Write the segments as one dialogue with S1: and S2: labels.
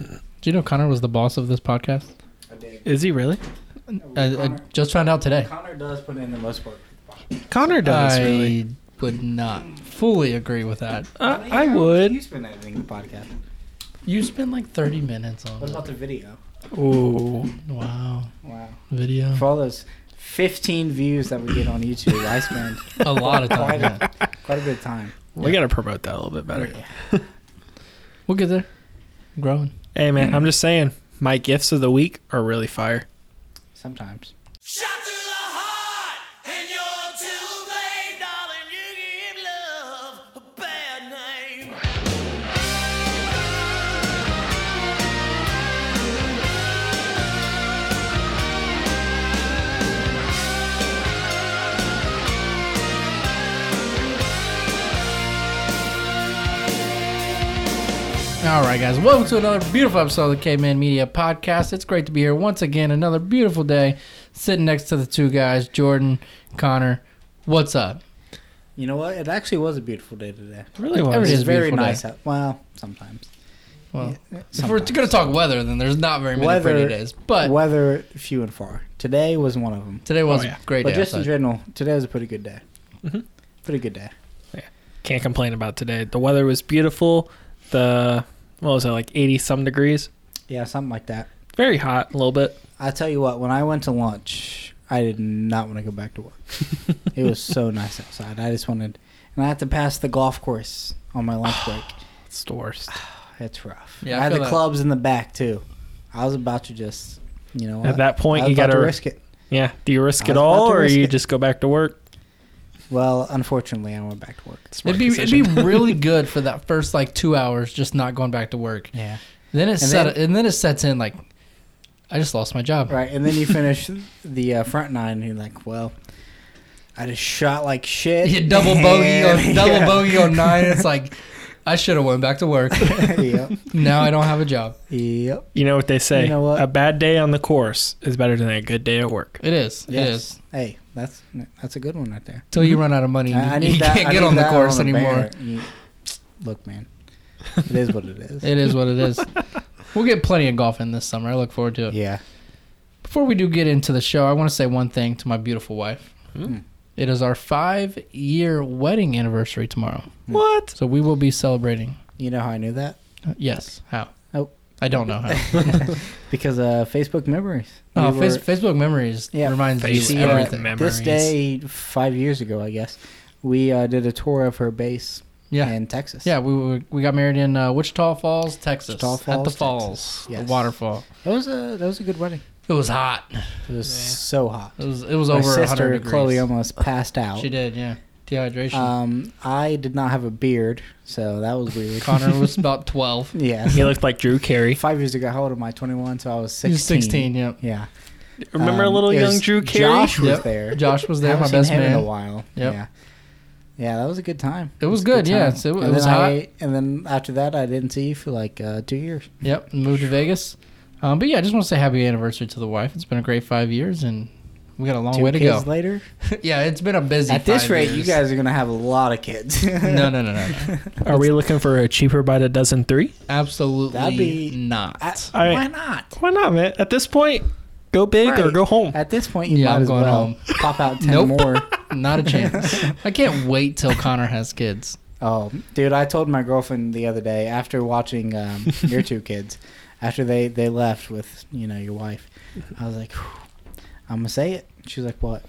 S1: Do you know Connor was the boss of this podcast?
S2: I did.
S3: Is he really?
S1: I, I
S2: Connor,
S1: just found out today.
S2: Connor does put in the most work.
S3: Connor does
S1: I
S3: really.
S1: would not fully agree with that.
S2: How
S3: I,
S2: many
S3: I
S2: hours do
S3: would.
S2: You spend editing the podcast.
S1: You spent like 30 minutes on
S2: What
S1: it.
S2: about the video?
S3: Ooh.
S1: Wow.
S2: Wow.
S1: Video.
S2: For all those 15 views that we get on YouTube, I spend
S1: A lot of time. yeah.
S2: quite a bit of time.
S3: We gotta promote that a little bit better.
S1: We'll get there. growing.
S3: Hey man, I'm just saying, my gifts of the week are really fire.
S2: Sometimes.
S4: Shot to the heart, and you're too late, darling. You give love a bad name.
S1: All right, guys. Welcome to another beautiful episode of the Caveman Media Podcast. It's great to be here once again. Another beautiful day sitting next to the two guys, Jordan, Connor. What's up?
S2: You know what? It actually was a beautiful day today.
S3: Really
S1: was.
S2: It
S1: Everything-
S3: was.
S1: is
S2: was
S1: a
S2: very
S1: beautiful day.
S2: nice. out- Well, sometimes.
S1: Well, if we're
S2: sometimes.
S1: going to talk weather, then there's not very many
S2: Weather-
S1: pretty days. But
S2: Weather few and far. Today was one of them.
S1: today was
S3: Oh, yeah.
S1: a great
S2: But
S1: day.
S2: just in
S1: outside. Mm-hmm.
S2: general, today was a pretty good day.
S3: Mhm.
S2: Pretty good day.
S3: Can't complain about today. The weather was beautiful. The what was it like eighty some degrees?
S2: Yeah, something like that.
S3: Very hot a little bit.
S2: I tell you what, when I went to lunch, I did not want to go back to work. it was so nice outside. I just wanted, and I had to pass the golf course on my lunch break.
S3: It's the worst.
S2: It's rough.
S1: Yeah, I
S2: I, had
S1: feel
S2: the
S1: that.
S2: clubs in the back too. I was about to just, you know, what?
S3: At that
S2: I
S3: point
S2: was
S3: you
S2: about
S3: gotta
S2: to risk it.
S3: Yeah. Do you risk
S2: I
S3: it
S2: was about
S3: all
S2: to
S3: or
S2: risk
S3: you
S2: it.
S3: just go back to work?
S2: Well, unfortunately, I went back to work.
S3: Smart
S1: It'd be, it'd be
S3: decision.
S1: really good for that first like two hours, just not going back to work.
S2: Yeah.
S1: Then it set,
S2: then-
S1: and then it sets in like, I just lost my job.
S2: Right, and then you finish the uh, front nine, and you're like, well, I just shot like shit.
S1: You double bogey on
S2: and-
S1: double
S2: yeah.
S1: bogey on nine. It's like I should have went back to work.
S2: yep.
S1: now I don't have a job.
S2: Yep.
S3: You know what they say.
S2: You know what?
S3: A bad day on the course is better than a good day at work.
S1: It is.
S2: Yes.
S1: It is.
S2: Hey, that's that's a good one right there.
S1: Till you run out of money,
S2: I, I
S1: you,
S2: need
S1: you
S2: that.
S1: can't
S2: I
S1: get
S2: need
S1: on the
S2: that
S1: course
S2: a
S1: anymore.
S2: banner. You- Look, man, it is what it is.
S1: It is what it is. we'll get plenty of golf in this summer. I look forward to it.
S2: yeah.
S1: Before we do get into the show, I want to say one thing to my beautiful wife.
S3: Hmm.
S1: It is our five-year wedding anniversary tomorrow,
S2: Mm.
S3: What?
S1: so we will be celebrating.
S2: You know how I knew that?
S1: Yes. How?
S2: Oh.
S1: I don't know how.
S2: because uh, Facebook memories.
S1: Oh,
S2: We
S1: face,
S2: were-
S1: Facebook memories
S2: Yeah.
S1: reminds
S3: Facebook
S1: you
S2: uh,
S1: everything.
S3: mem-
S2: This
S3: Memories.
S2: day five years ago, I guess, we uh, did a tour of her base
S1: yeah.
S2: in Texas.
S1: Yeah, we were, we got married in uh, Wichita Falls, Texas.
S2: Wichita
S1: at the
S2: Falls,
S1: falls,
S2: Texas. Yes.
S1: the waterfall.
S2: that was a that was a good wedding.
S1: It was hot.
S2: It was
S3: Yeah.
S2: so hot.
S1: It was it was
S2: My
S1: over
S2: sister
S1: 100 degrees. Oh,
S2: Chloe almost passed out.
S1: she did, yeah. Dehydration.
S2: Um, I did not have a beard, so that was weird.
S1: Connor was about 12.
S2: yeah.
S3: He looked like Drew Carey.
S2: Five years ago, how old am I? Twenty one, so I was
S1: He
S2: sixteen.
S1: was 16, yeah.
S2: Yeah.
S3: Remember a
S2: Um,
S3: little
S2: it
S3: young
S2: was-
S3: Drew Carey?
S2: Josh was
S1: Yep.
S2: there.
S1: Josh was there,
S2: Haven't
S1: my
S2: seen
S1: best
S2: him in a
S1: man.
S2: while.
S1: Yep.
S2: Yeah. Yeah, that was a good time.
S1: It was
S2: a
S1: good, yeah.
S2: time.
S1: So it
S2: and
S1: was
S2: then
S1: hot.
S2: I, and then after that, I didn't see you for like uh, two years.
S1: Yep, and moved to Vegas. Um, but yeah, I just want to say happy anniversary to the wife. It's been a great five years, and we got a long
S2: Two
S1: Oh, way to go.
S2: kids later.
S1: yeah, it's been a busy.
S2: At this
S1: five
S2: rate, you
S1: years.
S2: guys are gonna have a lot of kids.
S1: No, no, no, no, no.
S3: Are we looking for a cheaper by the dozen three?
S1: Absolutely
S2: That'd be-
S1: not.
S2: I-
S3: I-
S2: why not?
S3: Why not, man? At this point, go big or
S2: Right.
S3: go home.
S2: At this point, you
S1: Yeah,
S2: might
S1: I'm
S2: as
S1: going
S2: well
S1: home.
S2: pop out ten
S1: Nope.
S2: more.
S1: Not a chance. I can't wait till Connor has kids.
S2: Oh, dude, I told my girlfriend the other day after watching um, your two kids, after they they left with you know your wife, I was like, I'm gonna say it. She was like, what?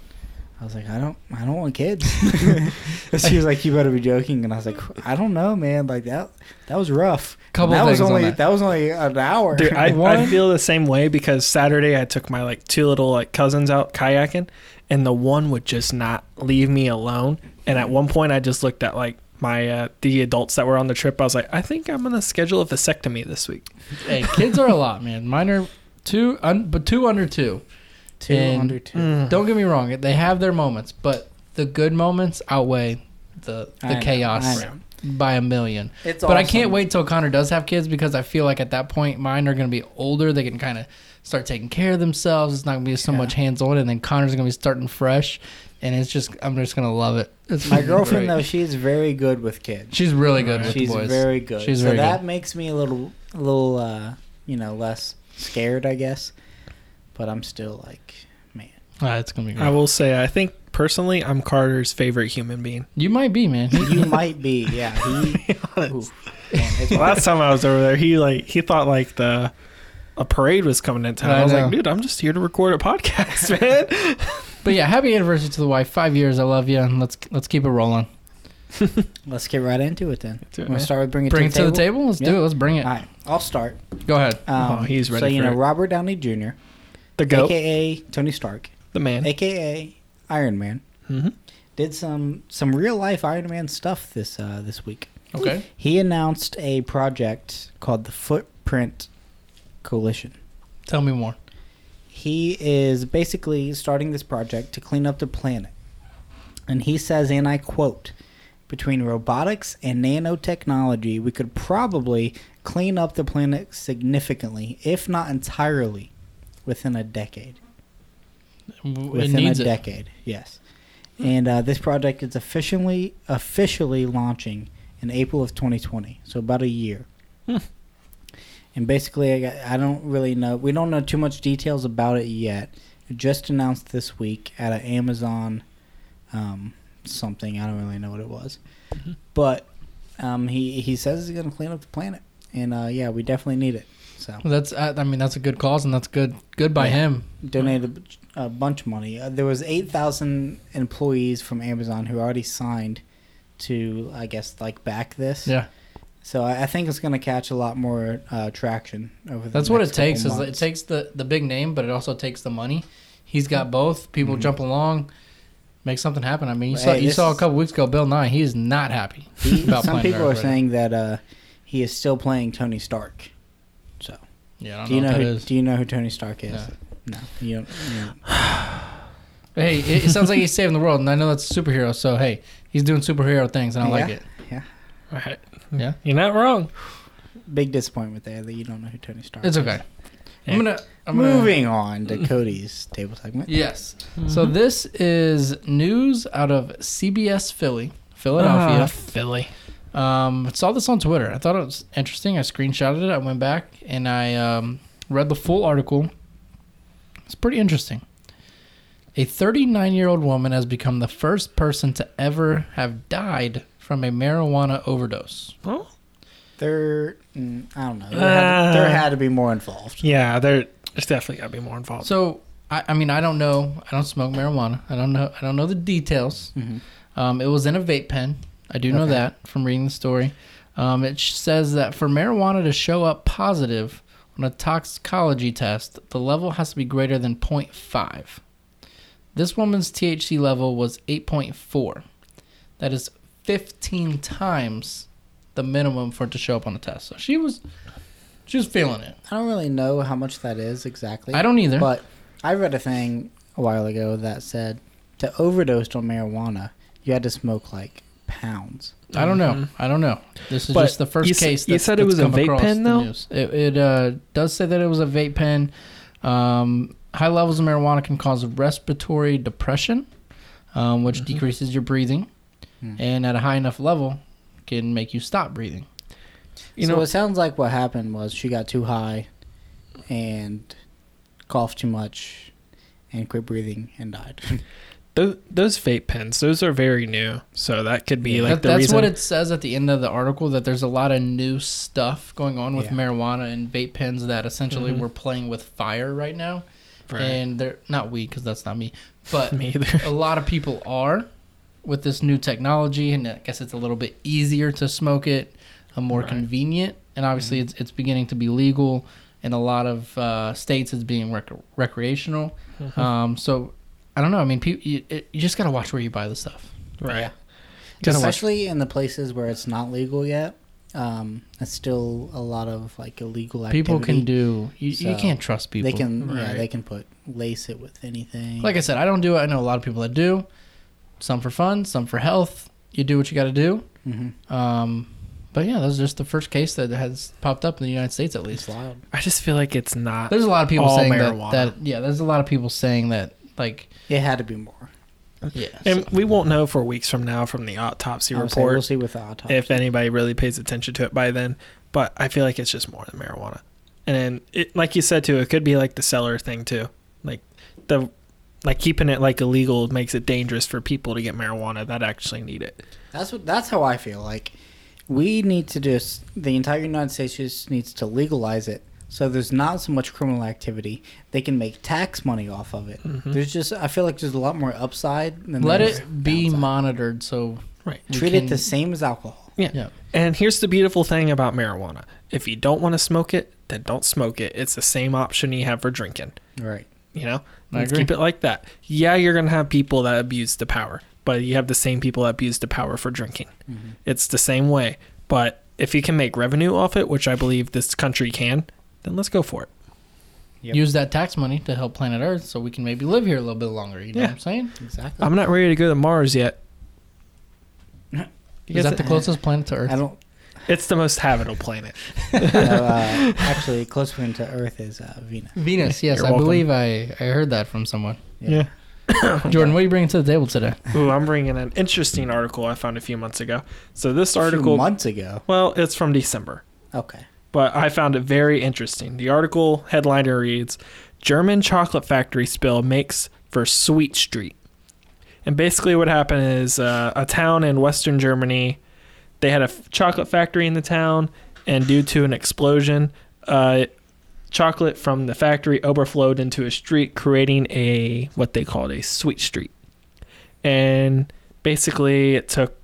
S2: I was like, I don't, I don't want kids. And she was like, you better be joking. And I was like, I don't know, man. Like that, that was rough.
S1: Couple
S2: that was
S1: things on
S2: only
S1: that.
S2: was only an hour.
S3: Dude, I, I
S1: One-
S3: feel the same way because Saturday I took my like two little like cousins out kayaking, and the one would just not leave me alone. And at one point, I just looked at like my uh, the adults that were on the trip. I was like, I think I'm gonna schedule a vasectomy this week.
S1: Hey, kids are a lot, man. Mine are two, un, but two under two.
S2: two
S1: And-
S2: under two.
S1: Don't get me wrong; they have their moments, but the good moments outweigh the the
S2: I know,
S1: chaos
S2: I know.
S1: by a million.
S2: It's
S1: but I can't
S2: awesome.
S1: wait till Connor does have kids because I feel like at that point mine are going to be older. They can kind of start taking care of themselves. It's not going to be so much hands on, and then Connor's going to be starting fresh, and it's just I'm just going to love it. It's
S2: My
S1: gonna be
S2: girlfriend
S1: great.
S2: though, she's very good with kids.
S1: she's really good with
S2: She's
S1: the boys.
S2: very good.
S1: She's
S2: so
S1: very
S2: that
S1: good.
S2: makes me a little, a little uh, you know less scared, I guess. But I'm still like, man,
S1: Ah, it's gonna be
S3: I
S1: great.
S3: will say, I think personally, I'm Carter's favorite human being.
S1: You might be, man.
S2: you might be. Yeah, he. ooh, man, it's
S3: Last time I was over there, he like he thought like the a parade was coming in town. I,
S1: I
S3: was like,
S1: know.
S3: dude, I'm just here to record a podcast, man.
S1: But yeah, happy anniversary to the wife. Five years. I love you. And let's let's keep it rolling.
S2: Let's get right into it then.
S3: Do it,
S2: We'll
S3: man.
S2: start with bringing
S1: Bring it to the table. Let's
S2: Yeah.
S1: do it. Let's bring it.
S2: All right, I'll start.
S1: Go ahead.
S2: Um,
S3: Oh, he's
S2: So
S3: ready
S2: you
S3: for
S2: know
S3: it.
S2: Robert Downey Jr.,
S3: The goat,
S2: aka Tony Stark,
S3: the man.
S2: aka Iron Man,
S3: Mhm.
S2: did some some real life Iron Man stuff this uh, this week.
S1: Okay.
S2: He announced a project called the Footprint Coalition.
S1: Tell me more.
S2: He is basically starting this project to clean up the planet. And he says, and I quote, between robotics and nanotechnology, we could probably clean up the planet significantly, if not entirely, within a decade.
S1: W- It
S2: Within
S1: needs
S2: a
S1: it.
S2: decade, yes. And uh, this project is officially officially launching in April of 2020, so about a year.
S3: Hmm.
S2: And basically, I, got- I don't really know. We don't know too much details about it yet. It just announced this week at an Amazon um, something. I don't really know what it was, but um, he he says he's going to clean up the planet, and uh, yeah, we definitely need it. So
S1: Well, That's. I I mean, that's a good cause, and that's good. Good by
S2: Yeah.
S1: him.
S2: donated a bunch- a bunch of money. Uh, there was 8,000 employees from Amazon who already signed to, I guess, like back this.
S1: Yeah.
S2: So I, I think it's going to catch a lot more uh, traction over. The
S1: That's what
S2: next
S1: it takes.
S2: couple
S1: Is it
S2: months.
S1: takes the the big name, but it also takes the money. He's
S2: Mm-hmm.
S1: got both. People jump along, make something happen. I mean, you
S2: Hey,
S1: saw you
S2: this
S1: saw a
S2: is-
S1: couple weeks ago. Bill Nye. He is not happy
S2: He-
S1: about
S2: some
S1: Planet
S2: people are
S1: Earth right now.
S2: saying that uh, he is still playing Tony Stark. So
S1: Yeah. I
S2: do you
S1: don't know,
S2: know,
S1: what
S2: who?
S1: that is.
S2: Do you know who Tony Stark is?
S1: No.
S2: No, you don't. You don't.
S1: Hey, it, it sounds like he's saving the world, and I know that's superhero. So hey, he's doing superhero things, and I like
S2: Yeah.
S1: it.
S3: All right.
S1: Yeah.
S3: You're not wrong.
S2: Big disappointment there that you don't know who Tony Stark.
S1: It's
S2: is.
S1: okay. I'm gonna. I'm gonna-
S2: Moving on to Cody's table segment.
S1: Yes. So this is news out of CBS Philly, Philadelphia.
S3: Ah, Philly.
S1: Um, I saw this on Twitter. I thought it was interesting. I screenshotted it. I went back and I um, read the full article. It's pretty interesting. A 39 year old woman has become the first person to ever have died from a marijuana overdose.
S3: Oh.
S2: There, mm, I don't know. There, had, there
S3: Uh,
S2: had to be more involved.
S3: Yeah, there, there's definitely got to be more involved.
S1: So I, I mean, I don't know. I don't smoke marijuana. I don't know. I don't know the details. Um, it was in a vape pen. I do know
S2: Okay.
S1: that from reading the story. Um, it sh- says that for marijuana to show up positive on a toxicology test, the level has to be greater than 0.5. This woman's THC level was 8.4. That is 15 times the minimum for it to show up on the test. So she was, she was feeling it.
S2: I don't really know how much that is exactly.
S1: I don't either.
S2: But I read a thing a while ago that said to overdose on marijuana, you had to smoke like pounds.
S1: I don't know. I don't know. This is
S3: Mm-hmm. But
S1: just the first
S3: you s-
S1: case.
S3: you
S1: that's-
S3: said it
S1: that's
S3: was a
S1: come
S3: vape
S1: across
S3: pen,
S1: the
S3: though?
S1: news. It, it uh, does say that it was a vape pen. Um, high levels of marijuana can cause respiratory depression, um, which
S3: Mm-hmm.
S1: decreases your breathing,
S2: Hmm.
S1: and at a high enough level, can make you stop breathing.
S3: you
S2: so
S3: know,
S2: it sounds like what happened was she got too high and coughed too much and quit breathing and died.
S3: those, those vape pens, those are very new. So that could be like
S1: That-
S3: the
S1: that's
S3: reason.
S1: what it says at the end of the article. That there's a lot of new stuff going on with
S2: Yeah.
S1: marijuana and vape pens that essentially
S3: Mhm.
S1: we're playing with fire right now,
S3: Right.
S1: and they're not we because that's not me, but
S3: me either.
S1: a lot of people are with this new technology, and I guess it's a little bit easier to smoke it, uh, more
S3: Right. Mm-hmm.
S1: convenient, and obviously it's it's beginning to be legal in a lot of uh, states. It's being rec- recreational,
S3: Mm-hmm.
S1: um, so I don't know. I mean, pe- you, it, you just gotta watch where you buy the stuff.
S3: Right.
S2: Yeah.
S3: Gotta watch-
S2: Especially in the places where it's not legal yet. Um, it's still a lot of like illegal activity.
S1: People can do. You, you
S2: So,
S1: can't trust people.
S2: They can, yeah,
S3: Right.
S2: they can put lace it with anything.
S1: Like I said, I don't do it. I know a lot of people that do. Some for fun, some for health. You do what you got to do.
S2: Mhm.
S1: Um, but yeah, that was just the first case that has popped up in the United States, at least.
S2: It's wild.
S3: I just feel like it's not.
S1: There's a lot of people
S3: all
S1: saying
S3: marijuana.
S1: that, that. Yeah, there's a lot of people saying that. Like,
S2: It had to be more.
S1: yeah,
S3: and we won't know for weeks from now from the autopsy
S2: I would say
S3: report
S2: We'll see with the autopsy.
S3: if anybody really pays attention to it by then. But I feel like it's just more than marijuana. and it, like you said too, it could be like the seller thing too, like the like keeping it like illegal makes it dangerous for people to get marijuana that actually need it.
S2: That's what. That's how I feel. Like we need to just the entire United States just needs to legalize it, so there's not so much criminal activity. They can make tax money off of it. There's just I feel like there's a lot more upside than
S1: Mm-hmm. Let
S2: there
S1: it
S2: is
S1: be
S2: downside.
S1: monitored so
S3: Right.
S1: we
S2: Treat
S1: can-
S2: it the same as alcohol.
S3: Yeah.
S1: Yeah.
S3: And here's the beautiful thing about marijuana: if you don't want to smoke it, then don't smoke it. It's the same option you have for drinking.
S2: Right.
S3: You know,
S1: I
S3: Let's
S1: agree.
S3: keep it like that. Yeah, you're gonna have people that abuse the power, but you have the same people that abuse the power for drinking.
S2: Mm-hmm.
S3: It's the same way. But if you can make revenue off it, which I believe this country can, then let's go for it.
S2: Yep.
S1: use that tax money to help planet Earth so we can maybe live here a little bit longer. You know
S3: Yeah.
S1: what I'm saying?
S2: Exactly.
S3: I'm not ready to go to Mars yet.
S1: Is that the closest planet to
S2: I
S1: Earth?
S2: don't.
S3: It's the most habitable planet.
S2: Uh, actually, close one to Earth is uh, Venus.
S1: Venus, yes,
S3: You're
S1: I
S3: welcome.
S1: believe I, I heard that from someone. Jordan, what are you bringing to the table today?
S3: Ooh, I'm bringing an interesting article I found a few months ago. So this
S2: A few
S3: article,
S2: months ago.
S3: well, it's from December.
S2: Okay.
S3: but I found it very interesting. The article headliner reads German chocolate factory spill makes for Sweet Street. And basically, what happened is uh, a town in Western Germany, they had a f- chocolate factory in the town, and due to an explosion, uh, chocolate from the factory overflowed into a street, creating a what they called a Sweet Street. And basically, it took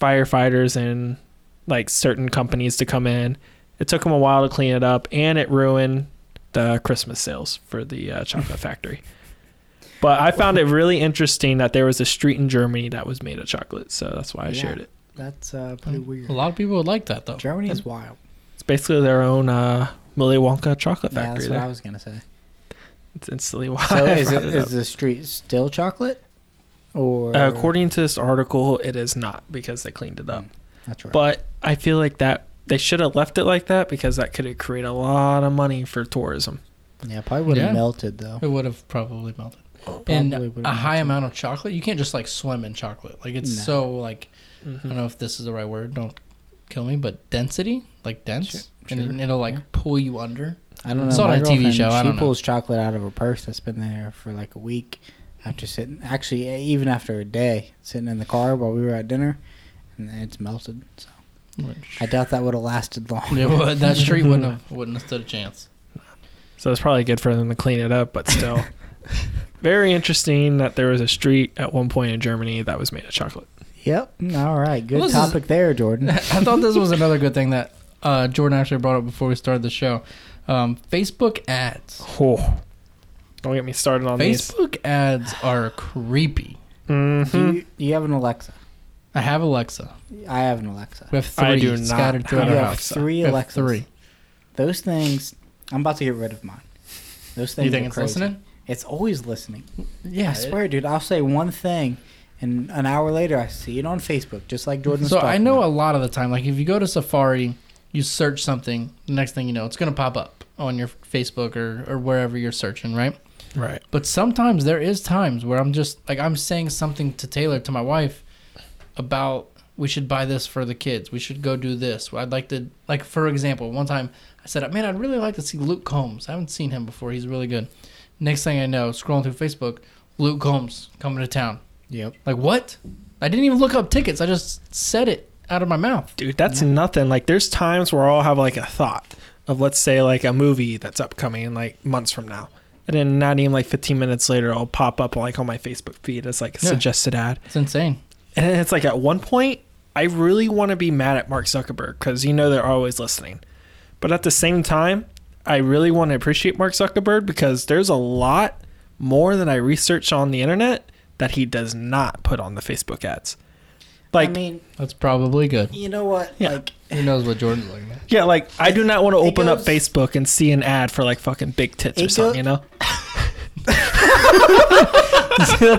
S3: firefighters and like certain companies to come in it took them a while to clean it up, and it ruined the Christmas sales for the uh, chocolate factory. But I found it really interesting that there was a street in Germany that was made of chocolate, so that's why I
S2: Yeah.
S3: shared it.
S2: That's uh, pretty weird.
S1: A lot of people would like that though.
S2: Germany is wild.
S3: It's basically their own uh, Willy Wonka chocolate
S2: Yeah,
S3: factory.
S2: that's what
S3: there.
S2: I was gonna say.
S3: it's instantly why.
S2: So
S3: I
S2: is
S3: brought
S2: it,
S3: it
S2: is
S3: up.
S2: the street still chocolate? Or
S3: Uh, according to this article, it is not because they cleaned it up.
S2: That's Mm, right.
S3: But I feel like that they should have left it like that because that could have created a lot of money for tourism.
S2: yeah, probably would have
S1: Yeah.
S2: melted though.
S1: It would have probably melted. and
S2: Probably would've
S1: a high
S2: melted.
S1: amount of chocolate, you can't just like swim in chocolate. Like it's
S2: No.
S1: so like I don't
S2: Mm-hmm.
S1: know if this is the right word. Don't kill me, but density, like dense,
S2: Sure,
S1: and
S2: sure.
S1: it'll like pull you under.
S2: I don't know.
S1: It's
S2: my
S1: on a TV
S2: girlfriend,
S1: show,
S2: She
S1: I don't know.
S2: pulls chocolate out of her purse that's been there for like a week after sitting. Actually, e, even after a day sitting in the car while we were at dinner, and then it's melted. So I doubt that would have lasted long.
S1: It would- that street wouldn't have wouldn't have stood a chance.
S3: So it's probably good for them to clean it up, but still. Very interesting that there was a street at one point in Germany that was made of chocolate.
S2: Yep. All right. Good
S1: Well, this is-
S2: topic there, Jordan.
S1: I thought this was another good thing that uh, Jordan actually brought up before we started the show. Um, Facebook ads.
S3: Oh. Don't get me started on these.
S1: Facebook ads are creepy.
S2: do,
S3: Mhm.
S2: you, do you have an Alexa?
S1: I have Alexa.
S2: I have an Alexa.
S1: We have three
S3: I do not
S1: scattered
S3: have
S2: You
S1: throughout
S3: an
S1: our
S2: have
S1: house.
S3: Alexa.
S2: three
S1: We have
S2: Alexas.
S1: Three.
S2: Those things. I'm about to get rid of mine. Those things.
S1: You think
S2: are
S1: it's
S2: crazy.
S1: listening?
S2: It's always listening.
S1: Yeah,
S2: I swear, dude. I'll say one thing, and an hour later, I see it on Facebook, just like Jordan. was
S1: So I
S2: talking
S1: know
S2: about.
S1: a lot of the time, like if you go to Safari, you search something, the next thing you know, it's gonna pop up on your Facebook or, or wherever you're searching, right?
S3: Right.
S1: But sometimes there is times where I'm just like I'm saying something to Taylor to my wife about we should buy this for the kids. We should go do this. I'd like to like for example, one time I said, "Man, I'd really like to see Luke Combs. I haven't seen him before. He's really good." Next thing I know, scrolling through Facebook, Luke Combs coming to town.
S2: Yep.
S1: Like what? I didn't even look up tickets. I just said it out of my mouth.
S3: Dude, that's nothing. Like there's times where I'll have like a thought of let's say like a movie that's upcoming like months from now. And then not even like 15 minutes later, I'll pop up like on my Facebook feed as like a
S1: Yeah.
S3: suggested ad.
S1: It's insane.
S3: And then it's like at one point, I really want to be mad at Mark Zuckerberg because you know they're always listening. But at the same time, I really want to appreciate Mark Zuckerberg because there's a lot more than I research on the internet that he does not put on the Facebook ads. Like,
S2: I mean,
S1: That's probably good.
S2: you know what?
S3: Yeah.
S2: Like,
S1: Who knows what Jordan's looking at?
S3: yeah, like I do not want to open up
S2: goes-
S3: Facebook and see an ad for like fucking big tits
S2: It
S3: or
S2: go-
S3: something, you know?
S1: That's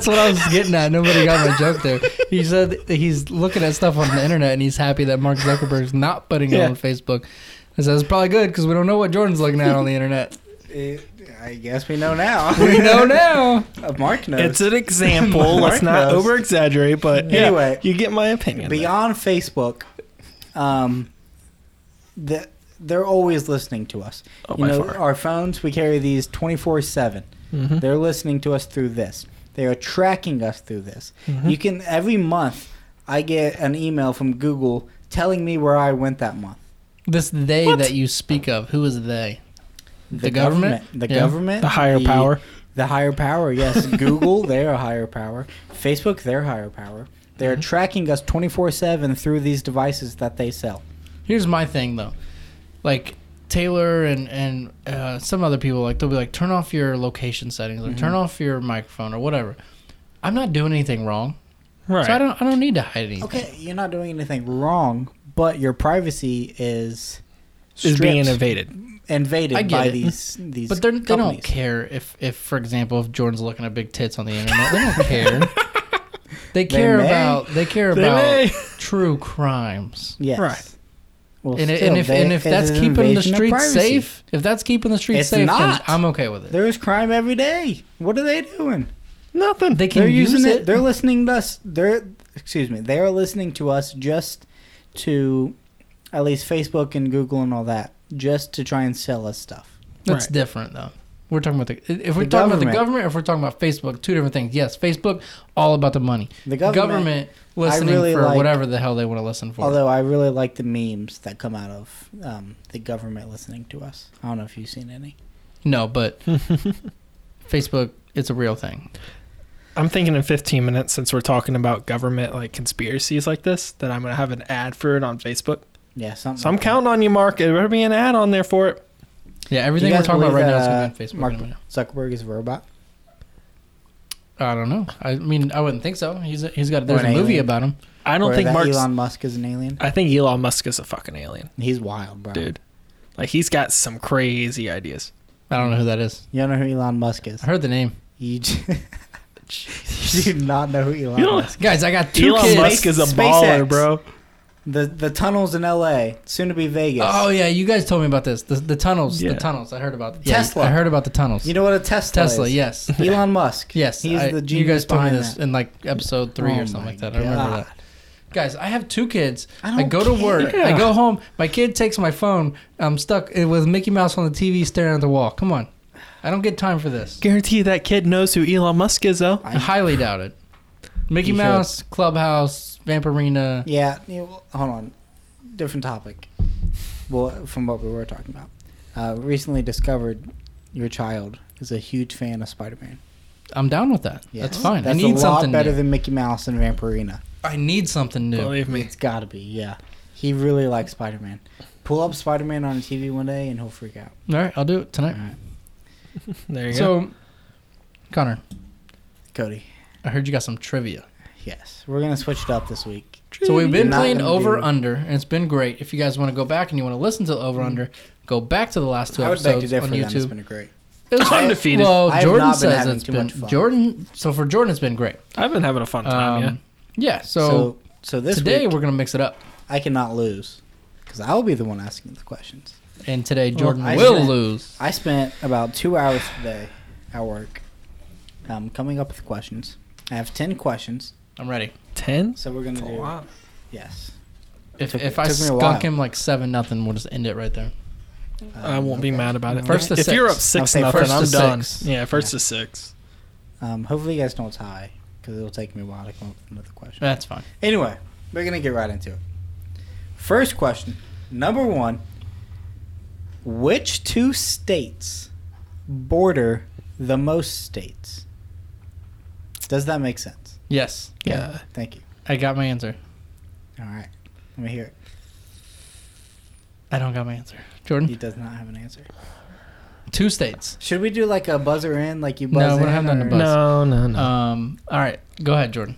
S1: what I was getting at. Nobody got my joke there. He said that he's looking at stuff on the internet and he's happy that Mark Zuckerberg's not putting it
S3: Yeah.
S1: on Facebook. I said it's probably good because we don't know what Jordan's looking at on the internet.
S2: it, I guess we know now.
S1: We know now.
S2: Uh, Mark knows.
S3: It's an example. Let's
S2: Mark
S3: not
S2: knows.
S3: over exaggerate, but yeah,
S2: Anyway,
S3: you get my opinion. there.
S2: Beyond Facebook, um, the they're always listening to us.
S3: Oh,
S2: you
S3: by
S2: know,
S3: far.
S2: our phones, we carry these 24 7.
S3: Mhm.
S2: They're listening to us through this. They are tracking us through this.
S3: Mm-hmm.
S2: You can every month I get an email from Google telling me where I went that month.
S1: This they
S3: What?
S1: that you speak of, who is they? The government?
S2: The
S1: Yeah.
S2: government.
S3: The higher
S2: the-
S3: power.
S2: The higher power, yes. Google, they're a higher power. Facebook, they're higher power. They're
S3: Mm-hmm.
S2: tracking us 24 7 through these devices that they sell.
S1: Here's my thing though, like Taylor and and uh, some other people like they'll be like turn off your location settings or
S3: Mm-hmm.
S1: turn off your microphone or whatever. I'm not doing anything wrong,
S3: Right.
S1: so I don't I don't need to hide anything.
S2: Okay, you're not doing anything wrong, but your privacy is
S3: is being
S2: stripped,
S3: invaded.
S1: I
S2: invaded
S1: get
S2: by
S1: it.
S2: these these
S1: But they're, they don't
S2: companies.
S1: care if, if, for example, if Jordan's looking at big tits on the internet, they don't care. They care
S2: may.
S1: about they care
S3: They
S1: about
S3: may.
S1: true crimes.
S2: Yes.
S3: Right.
S2: Well,
S1: and, it-
S2: still,
S1: and if
S2: they-
S1: and if
S2: it
S1: that's
S2: is an
S1: keeping the
S2: invasion of
S1: streets
S2: privacy.
S1: safe, if that's keeping the streets
S2: It's
S1: safe, then
S2: not.
S1: I'm okay with it.
S2: there's crime every day. What are they doing?
S3: Nothing.
S1: They can
S2: They're
S1: use
S2: using
S1: it.
S2: it. They're listening to us. They're excuse me. They are listening to us just to, at least Facebook and Google and all that, just to try and sell us stuff.
S1: That's
S3: Right.
S1: different though. We're talking about the if we're
S2: The
S1: talking about the
S2: government.
S1: government, or if we're talking about Facebook, two different things. Yes, Facebook, all about the money.
S2: The
S1: Government,
S2: government.
S1: listening
S2: really
S1: for
S2: like-
S1: whatever the hell they want to listen for.
S2: Although I really like the memes that come out of um, the government listening to us. I don't know if you've seen any.
S1: no, but Facebook, it's a real thing.
S3: I'm thinking in 15 minutes, since we're talking about government like conspiracies like this, that I'm gonna have an ad for it on Facebook.
S2: Yeah, something.
S3: So I'm
S2: like that.
S3: counting on you, Mark. It better be an ad on there for it.
S1: Yeah, everything we're
S2: guys
S1: talking about right
S2: believe
S1: now is
S2: that,
S1: going to be on
S2: uh,
S1: Facebook.
S2: Mark-
S1: in a minute.
S2: Zuckerberg is a robot.
S1: I don't know. I mean, I wouldn't think so. He's he's got there's
S2: an
S1: a movie
S2: alien.
S1: about him.
S3: I don't
S2: Or
S3: think
S2: that
S3: Mark's.
S2: Elon Musk is an alien.
S3: I think Elon Musk is a fucking alien,
S2: He's wild, bro.
S3: dude. Like he's got some crazy ideas.
S1: I don't know who that is.
S2: You don't know who Elon Musk is.
S1: I heard the name,
S2: You, j- you do not know who Elon
S3: You don't-
S2: Musk.
S1: guys. I got two
S3: Elon
S1: kids.
S3: Musk is a
S2: SpaceX.
S3: baller, bro.
S2: The the tunnels in L.A. soon to be Vegas.
S1: Oh yeah, you guys told me about this. The, the tunnels,
S3: Yeah.
S1: the tunnels. I heard about yeah,
S2: Tesla.
S1: I heard about the tunnels.
S2: You know what a Tesla?
S1: Tesla,
S2: is?
S1: yes.
S2: Elon Musk.
S1: Yes,
S2: He's
S1: I-
S2: the
S1: you guys
S2: genius
S1: told me
S2: behind
S1: this
S2: that.
S1: in like episode three
S2: Oh
S1: or something
S2: my
S1: like that. I remember
S2: God.
S1: that. Guys, I have two kids.
S2: I
S1: I,
S2: don't
S1: go to work.
S3: care.
S1: I go home. My kid takes my phone. I'm stuck eh, with Mickey Mouse on the TV staring at the wall. Come on, I don't get time for this.
S3: Guarantee that kid knows who Elon Musk is, though.
S1: I highly doubt it. Mickey
S2: You should.
S1: Mouse, Clubhouse, Vampirina.
S2: Yeah. you know, hold on. Different topic. Well, from what we were talking about, uh, recently discovered your child is a huge fan of Spider-Man.
S1: I'm down with that.
S2: Yes.
S1: That's fine.
S2: That's
S1: I need
S2: a lot
S1: something
S2: better
S1: new.
S2: than Mickey Mouse and Vampirina.
S1: I need something new.
S3: Believe me.
S2: It's got to be. Yeah. He really likes Spider-Man. Pull up Spider-Man on TV one day, and he'll freak out.
S1: All right, I'll do it
S2: All
S1: tonight.
S2: right,
S3: There you go.
S1: So, Connor,
S2: Cody.
S1: I heard you got some trivia.
S2: Yes, we're gonna switch it up this week.
S1: So we've been
S2: Not
S1: playing
S2: gonna
S1: over
S2: do-
S1: under, and it's been great. If you guys want to go back and you want to listen to the over under, go back to the last two
S2: Mm. I would beg to
S1: episodes on
S2: differ. Then it's
S1: YouTube.
S2: been great.
S1: It was
S3: Undefeated.
S1: Well,
S2: I have
S1: Jordan
S2: not been
S1: says
S2: having
S1: it's
S2: too
S1: been
S2: much fun.
S1: Jordan. So for Jordan, it's been great.
S3: I've been having a fun time.
S1: Um, yeah. So,
S2: So, so this
S1: today
S2: week
S1: we're gonna mix it up,
S2: I cannot lose because I'll be the one asking the questions.
S1: and today Jordan
S2: I
S1: will
S2: spent-
S1: lose.
S2: I spent about two hours today at work, um, coming up with questions. I have ten questions,
S1: I'm ready.
S3: yeah. Ten.
S2: so we're gonna
S3: That's a
S2: do
S3: lot.
S2: yes.
S1: If,
S2: Took-
S1: if I
S2: took me a while.
S1: skunk him like seven nothing, we'll just end it right there.
S3: I won't be
S2: Um, okay.
S3: mad about it.
S1: First to
S3: if you're
S1: six.
S3: up six
S2: Okay,
S3: nothing,
S1: first to
S3: I'm done.
S1: six.
S3: Yeah, first to six.
S2: Um, hopefully, you guys don't tie because it'll take me a while to come up with another question.
S1: That's fine.
S2: Anyway, we're gonna get right into it. First question, number one: Which two states border the most states? Does that make sense?
S1: Yes,
S3: Yeah.
S2: Thank you.
S1: I got my answer.
S2: All right, let me hear it.
S1: I don't got my answer. Jordan,
S2: He does not have an answer.
S1: two states.
S2: Should we do like a buzzer in, like you
S1: No,
S2: buzz
S1: we
S2: in?
S1: don't have nothing to
S2: or-
S1: buzz.
S3: No, no, no.
S1: Um, all right, go ahead, Jordan.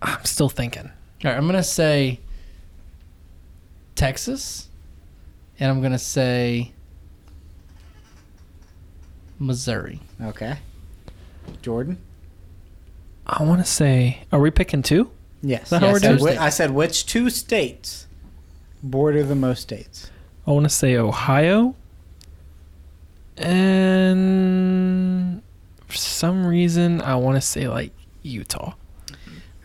S3: I'm still thinking.
S1: All right, I'm gonna say Texas, and I'm gonna say Missouri.
S2: Okay. Jordan.
S3: I want to say, are we picking two?
S2: Yes.
S3: that how
S2: I
S1: we're
S2: said
S1: doing?
S2: whi- I said which two states border the most states?
S3: I want to say Ohio. And for some reason, I want to say like Utah.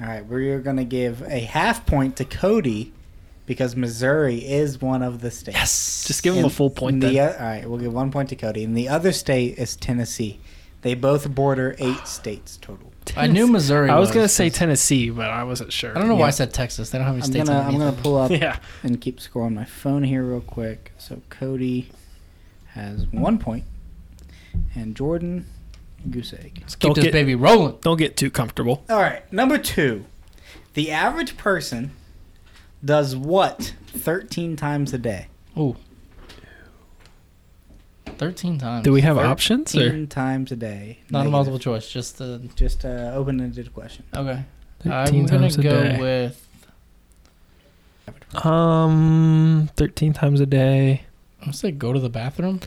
S2: All right, we're gonna give a half point to Cody because Missouri is one of the states.
S3: Yes. Just give him a
S2: And
S3: full point
S2: The,
S3: then.
S2: o- all right, we'll give one point to Cody. And the other state is Tennessee. They both border eight states total.
S1: I knew Missouri.
S3: I was gonna say
S1: 'cause-
S3: Tennessee, but I wasn't sure.
S1: I don't know why
S2: Yeah.
S1: I said Texas. They don't have any
S2: I'm
S1: states.
S2: gonna I'm
S1: underneath
S2: gonna
S1: them.
S2: pull up
S3: Yeah.
S2: and keep scrolling my phone here real quick. So Cody has one point, and Jordan goose egg.
S1: Let's keep
S3: Don't
S1: this
S3: get-
S1: baby rolling.
S3: Don't get too comfortable.
S2: All right, number two. The average person does what 13 times a day?
S1: Ooh. 13 times.
S3: Do we have options or
S2: 13 times a day.
S1: Not a
S2: Negative.
S1: multiple choice, just the.
S2: Just uh, open-ended question.
S1: Okay. Mm-hmm. I'm going to go with.
S3: Um, thirteen times a day.
S1: I'm going to say go to the bathroom.
S2: Go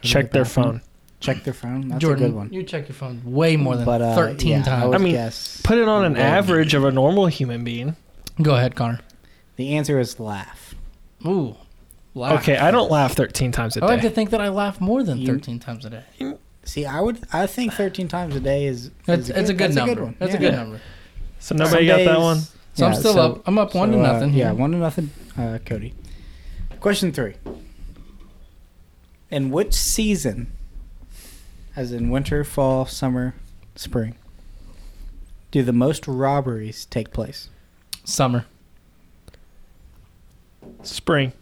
S2: to
S3: Check
S2: the
S3: their
S2: bathroom.
S3: phone.
S2: Check their phone. That's
S1: Jordan,
S2: a good one. uh,
S1: you check your phone way more than 13
S2: yeah,
S1: times.
S2: I, would
S3: I mean,
S2: guess
S3: Put it on an
S2: Well,
S3: average of a normal human being.
S1: go ahead, Connor.
S2: the answer is laugh.
S1: Ooh. Laugh. Oh,
S3: Okay, I don't laugh thirteen times a
S1: I like to
S3: day.
S1: think that I laugh more than
S2: You-
S1: 13 times a day.
S2: See, I would. I think 13 times a day is.
S1: That's,
S2: is
S1: it's a good
S2: that's
S1: number.
S2: one.
S1: That's
S2: Yeah.
S1: a good
S3: Yeah.
S1: number.
S3: So nobody got
S2: Some
S3: that
S2: days-
S3: one.
S1: So I'm
S2: Yeah,
S1: still
S2: so-
S1: up. I'm up one
S2: so,
S1: to
S2: uh,
S1: nothing.
S2: yeah,
S1: here.
S2: one to nothing, uh, Cody. Question three. In which season, as in winter, fall, summer, spring, do the most robberies take place?
S1: Summer.
S3: Spring.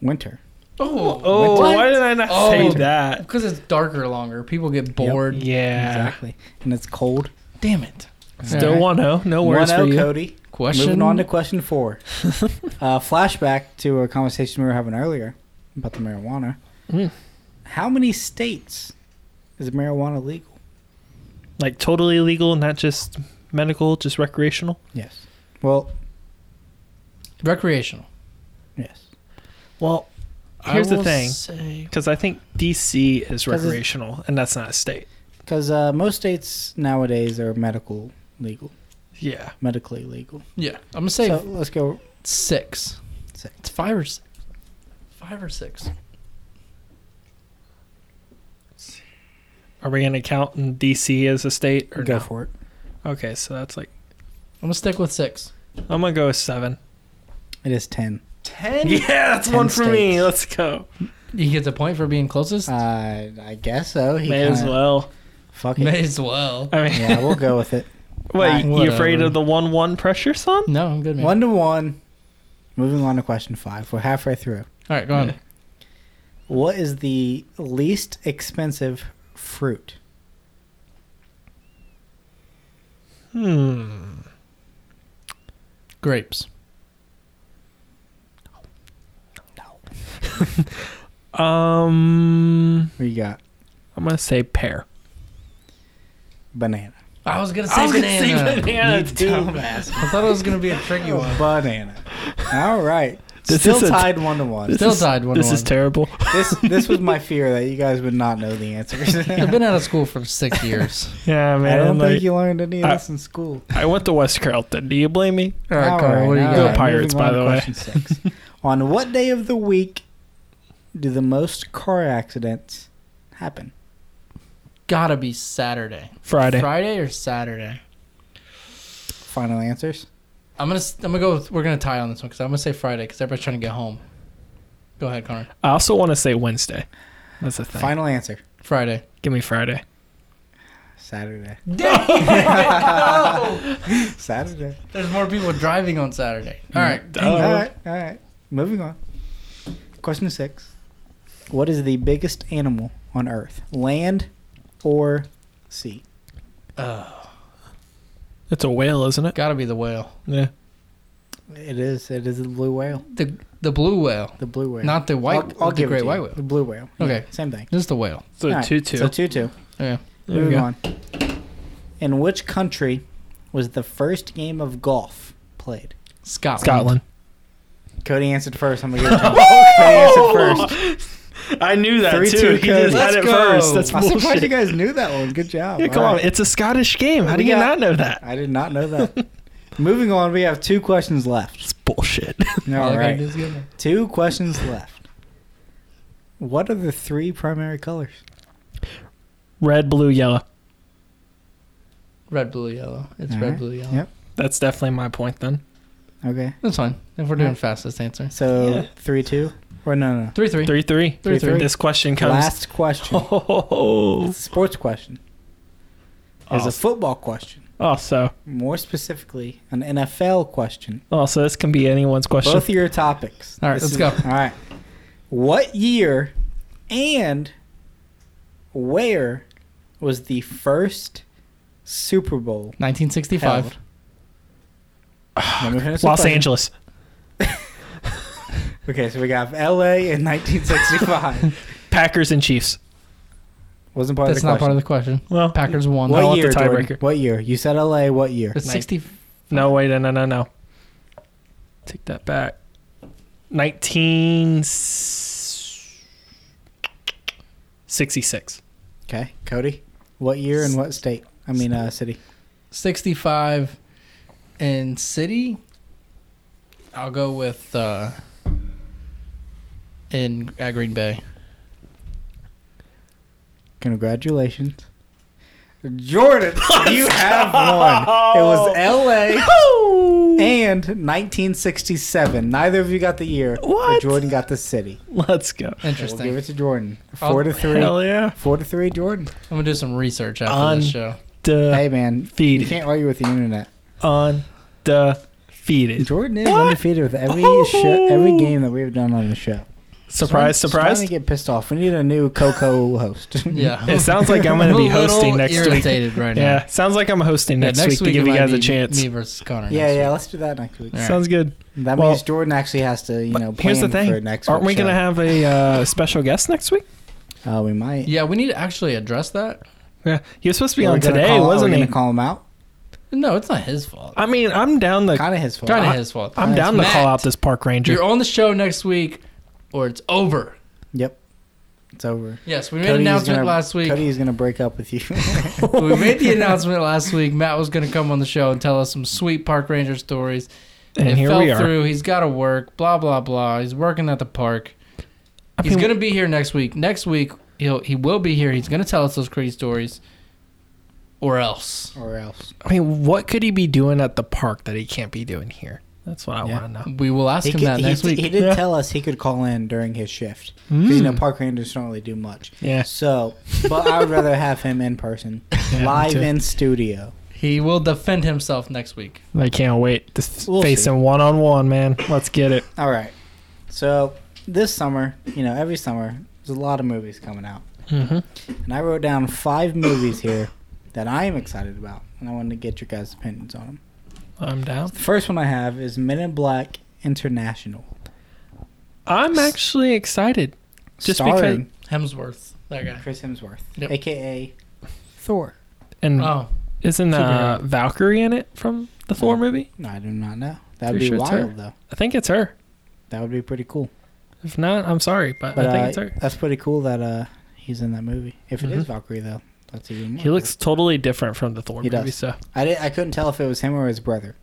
S2: Winter.
S1: Oh.
S3: Oh,
S1: What?
S3: why did I not
S1: Oh.
S3: say that?
S1: Because it's darker longer. People get bored.
S3: Yeah.
S2: Exactly. And it's cold.
S1: Damn it.
S3: Still
S1: Alright. oh,
S3: one zero. No words for
S2: 1-0
S3: you.
S2: Cody.
S1: Question.
S2: Moving on to question four. uh, flashback to a conversation we were having earlier about the marijuana.
S3: Mm.
S1: Mm-hmm.
S2: How many states is marijuana legal?
S3: Like totally legal, not just medical, just recreational.
S2: Yes. Well,
S1: recreational.
S2: yes.
S3: Well, here's
S1: I
S3: the
S1: will
S3: thing,
S1: say-
S3: because I think DC is
S2: 'Cause it's-
S3: recreational, and that's not a state.
S2: Because uh, most states nowadays are medical legal,
S3: Yeah.
S2: medically legal.
S1: yeah, I'm gonna say
S2: So let's go.
S1: six.
S2: Six.
S1: It's five or six. Five or six.
S3: Are we gonna count in DC as a state or
S2: go
S3: no?
S2: for it.
S3: Okay, so that's like
S1: I'm gonna stick with six.
S3: I'm gonna go with seven.
S2: It is ten.
S1: Ten.
S3: Yeah, that's
S2: Ten
S3: one for me.
S2: states.
S3: Let's go.
S1: You get the point for being closest.
S2: Uh, I guess so. He
S3: May as
S2: kinda-
S3: well.
S2: Fuck
S1: May
S2: it.
S1: as well.
S3: I mean,
S2: yeah, we'll go with it.
S3: wait, you
S1: Whatever.
S3: afraid of the one-one pressure, son?
S1: No, I'm good. Man.
S2: One to one. Moving on to question five. We're halfway through.
S1: All right, go on.
S2: What is the least expensive fruit?
S3: Hmm.
S1: Grapes.
S3: Um,
S2: We got
S3: I'm gonna say pear.
S2: banana.
S1: I was gonna say
S3: I was gonna
S1: banana.
S3: say banana
S2: You
S3: too.
S2: dumbass.
S1: I thought it was gonna be a tricky one.
S2: banana. All right.
S3: This
S2: Still
S3: is a-
S2: tied one to one.
S3: This
S1: Still
S3: is-
S1: tied one.
S3: This is terrible.
S2: This this was my fear that you guys would not know the answers.
S1: I've
S2: I
S1: been out of school for six years.
S3: Yeah, man.
S2: don't
S3: like,
S2: think you learned any of
S3: I-
S2: this in school.
S3: I went to West Carrollton. Do you blame me?
S1: All right, Connor, what do you
S2: all
S1: got?
S3: Go Pirates,
S2: moving
S3: by
S2: on
S3: the way.
S2: to question six. on what day of the week do the most car accidents happen?
S1: Gotta be Saturday.
S3: Friday.
S1: Friday or Saturday?
S2: Final answers.
S1: I'm gonna I'm gonna go. With, we're gonna tie on this one because I'm gonna say Friday because everybody's trying to get home. Go ahead, Connor.
S3: I also want to say Wednesday. That's a thing.
S2: Final answer.
S1: Friday.
S3: Give me Friday.
S2: Saturday.
S1: no!
S2: Saturday.
S1: There's more people driving on Saturday. All right.
S2: all right, all right. Moving on. Question six: What is the biggest animal on Earth, land or sea?
S3: It's a whale, isn't it?
S1: Gotta be the whale.
S3: Yeah.
S2: It is. It is the blue whale.
S1: The the blue whale,
S2: The blue whale.
S1: not the white.
S2: I'll
S1: the
S2: give it
S1: great
S2: to you.
S1: white whale.
S2: The blue whale.
S1: Okay.
S2: same thing.
S1: Just the whale.
S3: So
S2: All right,
S3: two two.
S2: So two two.
S1: Yeah.
S3: There we
S2: Moving
S3: go.
S2: on. In which country was the first game of golf played?
S1: Scotland.
S3: Scotland.
S2: Cody answered first. I'm gonna give it to him. Cody answered first.
S3: Oh. I knew that
S2: Three,
S3: too.
S2: two,
S3: he
S2: Cody.
S3: just had
S1: Let's
S3: it
S1: go.
S3: first. That's
S2: I'm surprised you
S3: bullshit.
S2: guys knew that one. Good job.
S3: Yeah, come
S2: All
S3: on.
S2: right.
S3: It's a Scottish game. How do
S2: We
S3: you
S2: got-
S3: not know that?
S2: I did not know that. Moving on, we have two questions left.
S3: It's bullshit.
S2: All
S1: Okay,
S2: right.
S1: this is good.
S2: Two questions left. What are the three primary colors?
S3: Red, blue, yellow.
S1: Red, blue, yellow. It's
S2: All
S1: red,
S2: right.
S1: blue, yellow.
S2: Yep.
S3: That's definitely my point then.
S2: Okay.
S1: That's fine. If we're doing fastest answer.
S2: So
S3: Yeah.
S2: three two. Or no, no. no.
S1: Three three.
S3: Three three.
S1: Three, three.
S3: This question comes.
S2: Last question.
S3: Oh,
S2: Sports question. There's
S3: Oh.
S2: a football question.
S3: also,
S2: More specifically, an NFL question.
S3: also, this can be anyone's question.
S2: Both of your topics.
S1: All right,
S2: This
S1: let's
S2: is- All right. What year and where was the first Super Bowl?
S1: Nineteen sixty five.
S2: Held. Let me finish the
S3: Los
S2: question.
S3: Angeles.
S2: Okay, so we got LA in 1965.
S3: Packers and Chiefs.
S2: Wasn't part
S1: That's
S2: of the
S1: not part of
S2: question.
S1: the question.
S3: Well,
S1: Packers won.
S3: I
S2: what
S3: want the
S2: year, Jordan?
S3: tiebreaker.
S2: What year? You said LA. What year?
S1: It's
S3: Nice.
S1: sixty.
S3: no, wait, no, no, no, no. Take that back. Nineteen sixty-six.
S2: Okay, Cody. What year and what state? I mean, uh, city.
S1: 65 in city i'll go with uh in at green bay
S2: Congratulations, Jordan. you have won. It was LA. And 1967. Neither of you got the year. but
S3: What?
S2: Jordan got the city.
S3: Let's go.
S1: interesting
S2: We'll give it to Jordan.
S1: I'll-
S2: 4 to 3.
S3: Hell yeah.
S2: Four to three, Jordan.
S1: i'm gonna do some research after
S3: On-
S1: this show
S3: Uh,
S2: Hey man, you
S3: Defeated.
S2: can't argue with the internet.
S3: Undefeated.
S2: Jordan is
S3: What?
S2: undefeated with every
S3: Oh.
S2: show, every game that we've done on the show.
S3: Surprise,
S2: She's trying- she's
S3: surprise.
S2: Trying to get pissed off. We need a new Coco host.
S1: yeah
S3: It sounds like I'm going to be hosting next week.
S1: irritated right now
S3: Yeah, sounds like I'm hosting
S1: Yeah,
S3: next, week, to
S1: it
S3: give you
S1: might
S3: guys a
S1: be
S3: chance.
S1: me versus connor
S2: yeah,
S1: next
S2: yeah.
S1: week.
S2: Let's do that next week.
S1: All right.
S3: Sounds good.
S2: That
S3: Well-
S2: means Jordan actually has to, you know, plan
S3: Here's the
S2: for
S3: thing.
S2: next.
S3: Aren't we
S2: week's
S3: going to
S2: show.
S3: have a uh, special guest next week?
S2: Oh, we might.
S1: yeah we need to actually address that
S3: Yeah, he was supposed to be
S2: Are we
S3: on
S2: gonna
S3: today,
S2: call,
S3: wasn't
S2: are we
S3: he?
S2: Gonna call him out.
S1: no it's not his fault
S3: I mean, I'm down to
S2: Kind of his fault.
S1: kind of
S3: I-
S1: his fault
S3: I'm
S2: Nice.
S3: down to
S1: Matt,
S3: call out this park ranger.
S1: you're on the show next week or it's over
S2: Yep. It's over.
S1: yes we made
S2: Cody's
S1: an announcement
S2: gonna-
S1: last week
S2: Cody's gonna break up with you.
S1: we made the announcement last week. Matt was going to come on the show and tell us some sweet park ranger stories.
S3: And
S1: it
S3: here
S1: fell
S3: we are.
S1: through. He's got to work. Blah blah blah. He's working at the park.
S3: I
S1: He's
S3: mean-
S1: going to be here next week. Next week he'll he will be here. He's going to tell us those Creed stories, or else
S2: or else
S3: I mean, what could he be doing at the park that he can't be doing here? That's what I
S2: Yeah.
S3: want to know.
S1: we will ask
S2: he,
S1: him
S2: could-
S1: that
S2: he
S1: next
S2: d-
S1: week. Hmm.
S2: he did
S3: Yeah.
S2: tell us he could call in during his shift because you know park rangers don't really do much.
S3: Yeah.
S2: So, but I would rather have him in person,
S3: Yeah, me
S2: live
S3: too.
S2: in studio.
S1: He will defend himself next week.
S3: I can't wait to s-
S2: We'll
S3: face
S2: see.
S3: him one on one, man. Let's get it.
S2: All right. So this summer, you know, every summer, there's a lot of movies coming out,
S3: Mm-hmm.
S2: and I wrote down five movies here that I am excited about, and I wanted to get your guys' opinions on them.
S3: I'm down.
S2: The first one I have is Men in Black International,
S3: I'm actually excited. Just because-
S2: starring
S1: Hemsworth, that guy.
S2: Chris Hemsworth,
S1: Yep.
S2: aka Thor.
S3: And
S1: Oh,
S3: isn't uh, Valkyrie in it from the Thor
S2: No.
S3: movie?
S2: No, I do not know. That would
S3: Pretty
S2: be
S3: sure it's her.
S2: wild, though.
S3: I think it's her.
S2: That would be pretty cool.
S3: If not, I'm sorry, but,
S2: But
S3: I think
S2: uh,
S3: it's her.
S2: that's pretty cool that uh, he's in that movie. If it is
S3: Mhm.
S2: Valkyrie, though, that's even. More
S3: He looks totally different from the Thor
S2: He
S3: movie.
S2: does.
S3: So
S2: cool. I did, I couldn't tell if it was him or his brother.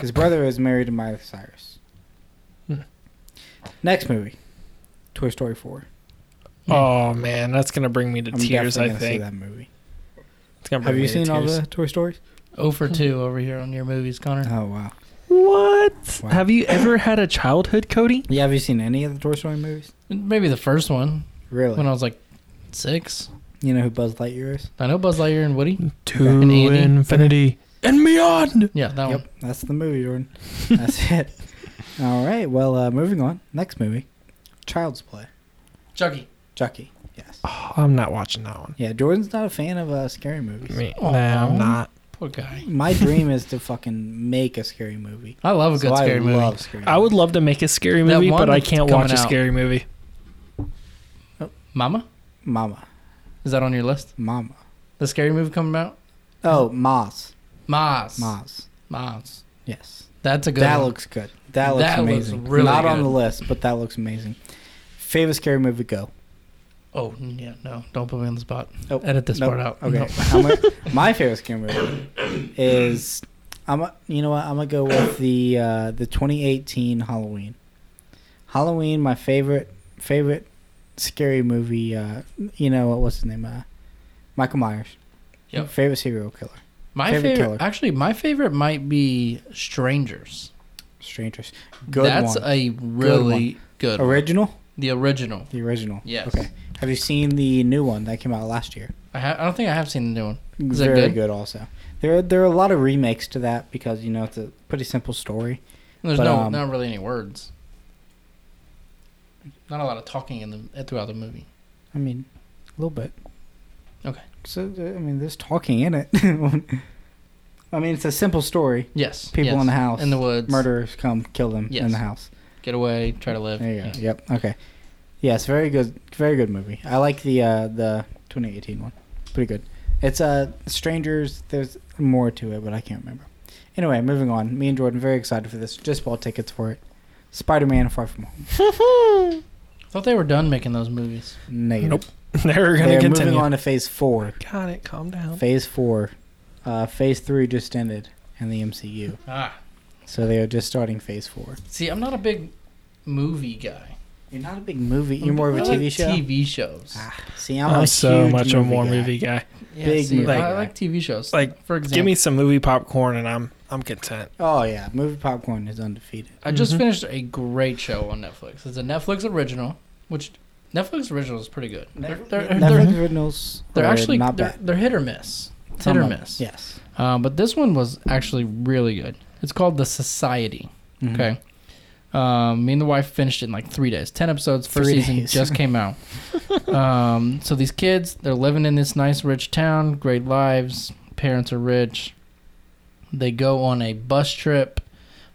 S2: His brother is married to Miley Cyrus.
S3: Hmm.
S2: Next movie, Toy Story Four.
S3: Oh man, that's gonna bring me to tears. I
S2: gonna see
S3: think
S2: that movie.
S3: it's gonna bring
S2: Have you
S3: me
S2: seen
S3: to
S2: all
S3: tears.
S2: the Toy Stories?
S1: oh for two over here on your movies, Connor.
S2: Oh wow.
S3: What?
S2: Wow.
S3: Have you ever had a childhood, Cody?
S2: Yeah, have you seen any of the Toy Story movies?
S1: Maybe the first one
S2: Really?
S1: when I was like six.
S2: you know who Buzz Lightyear is?
S1: I know Buzz Lightyear and Woody.
S3: To
S1: And Andy?
S3: infinity and beyond.
S1: Yeah, that one.
S2: Yep, that's the movie, Jordan. that's it. All right. Well, uh, moving on. Next movie, Child's Play.
S1: Chucky.
S2: Chucky. Yes.
S3: Oh, I'm not watching that one.
S2: Yeah, Jordan's not a fan of uh, scary movies.
S3: Me,
S1: Aw.
S3: nah, I'm not.
S1: Poor guy.
S2: My dream is to fucking make a scary movie.
S1: I love a good
S2: So
S1: scary
S2: I
S1: movie.
S2: love scary.
S3: I would love to make a scary
S1: That
S3: movie,
S1: one
S3: but I
S1: that's
S3: can't
S1: coming
S3: watch a
S1: out.
S3: scary movie.
S1: Mama?
S2: Mama,
S1: Is that on your list?
S2: Mama.
S1: The scary movie coming out?
S2: Oh, Maz,
S1: Maz.
S2: Maz.
S1: Maz.
S2: Yes,
S1: That's a good
S2: that
S1: one.
S2: looks good. That looks
S1: That looks
S2: amazing.
S1: really
S2: Not on
S1: good.
S2: the list, but that looks amazing. Favorite scary movie? Go.
S1: oh, yeah, no. Don't put me on the spot.
S2: Oh,
S1: Edit this
S2: nope.
S1: part out.
S2: Okay.
S1: Nope.
S2: I'm a- my favorite scary movie is I'm. A, you know what? I'm gonna go with the uh, the 2018 Halloween. Halloween, my favorite favorite scary movie. Uh, you know what? What's his name? Uh, Michael Myers.
S1: Yep.
S2: Favorite serial killer.
S1: My
S2: Favorite
S1: favorite,
S2: killer.
S1: actually, my favorite might be Strangers.
S2: Strangers. Good
S1: That's
S2: one.
S1: a really good. one.
S2: original?
S1: The original.
S2: The original.
S1: Yes.
S2: Okay. Have you seen the new one that came out last year?
S1: I, ha- I don't think I have seen the new one. Is it
S2: Very
S1: good?
S2: also. There are, there are a lot of remakes to that because you know it's a pretty simple story.
S1: There's
S2: But,
S1: no
S2: um,
S1: not really any words. Not a lot of talking in the eh, throughout the movie.
S2: I mean, a little bit.
S1: Okay.
S2: So uh, I mean, there's talking in it. I mean, it's a simple story.
S1: Yes.
S2: People
S1: yes.
S2: in the house.
S1: in the woods.
S2: Murderers come kill them in
S1: Yes.
S2: the house.
S1: Get away. Try to live.
S2: There you go.
S1: Yeah.
S2: Yep. Okay. Yes. Very good. Very good movie. I like the uh, the 2018 one. Pretty good. It's uh strangers. There's more to it, but I can't remember. Anyway, moving on. Me and Jordan very excited for this. Just bought tickets for it. Spider-Man: Far From Home.
S1: Thought they were done making those movies.
S2: Negative.
S3: Nope. They're gonna
S2: They're
S3: continue.
S2: moving on to Phase Four.
S3: Got it. Calm
S1: Oh.
S3: down.
S2: Phase Four. Uh, phase Three just ended in the MCU,
S1: Ah.
S2: so they are just starting Phase Four.
S1: See, I'm not a big movie guy.
S2: You're not a big movie. You're more of a
S1: I
S2: TV
S1: like
S2: show.
S1: TV shows.
S2: Ah, see, I'm,
S3: I'm,
S2: a
S3: so
S2: huge
S3: much
S2: movie
S3: of a more
S2: guy.
S3: movie guy.
S1: yeah,
S2: big
S1: see,
S2: movie
S1: I,
S2: guy.
S1: like TV shows.
S3: Like,
S1: for example,
S3: Give me some movie popcorn and I'm I'm content.
S2: Oh yeah, movie popcorn is undefeated.
S1: I just
S3: Mhm.
S1: finished a great show on Netflix. It's a Netflix original, which Netflix original is pretty good. They're, they're,
S2: Netflix
S1: they're,
S2: originals
S1: they're
S2: are
S1: actually
S2: not
S1: they're,
S2: bad.
S1: they're hit or miss. It's
S2: Some
S1: hit or
S2: of them,
S1: miss.
S2: Yes.
S1: Uh, but this one was actually really good. It's called The Society.
S2: Mhm.
S1: Okay. Um, me and the wife finished it in like three days. Ten episodes. First
S2: Three
S1: season
S2: days.
S1: just came out. um, so these kids, they're living in this nice rich town, great lives. Parents are rich. They go on a bus trip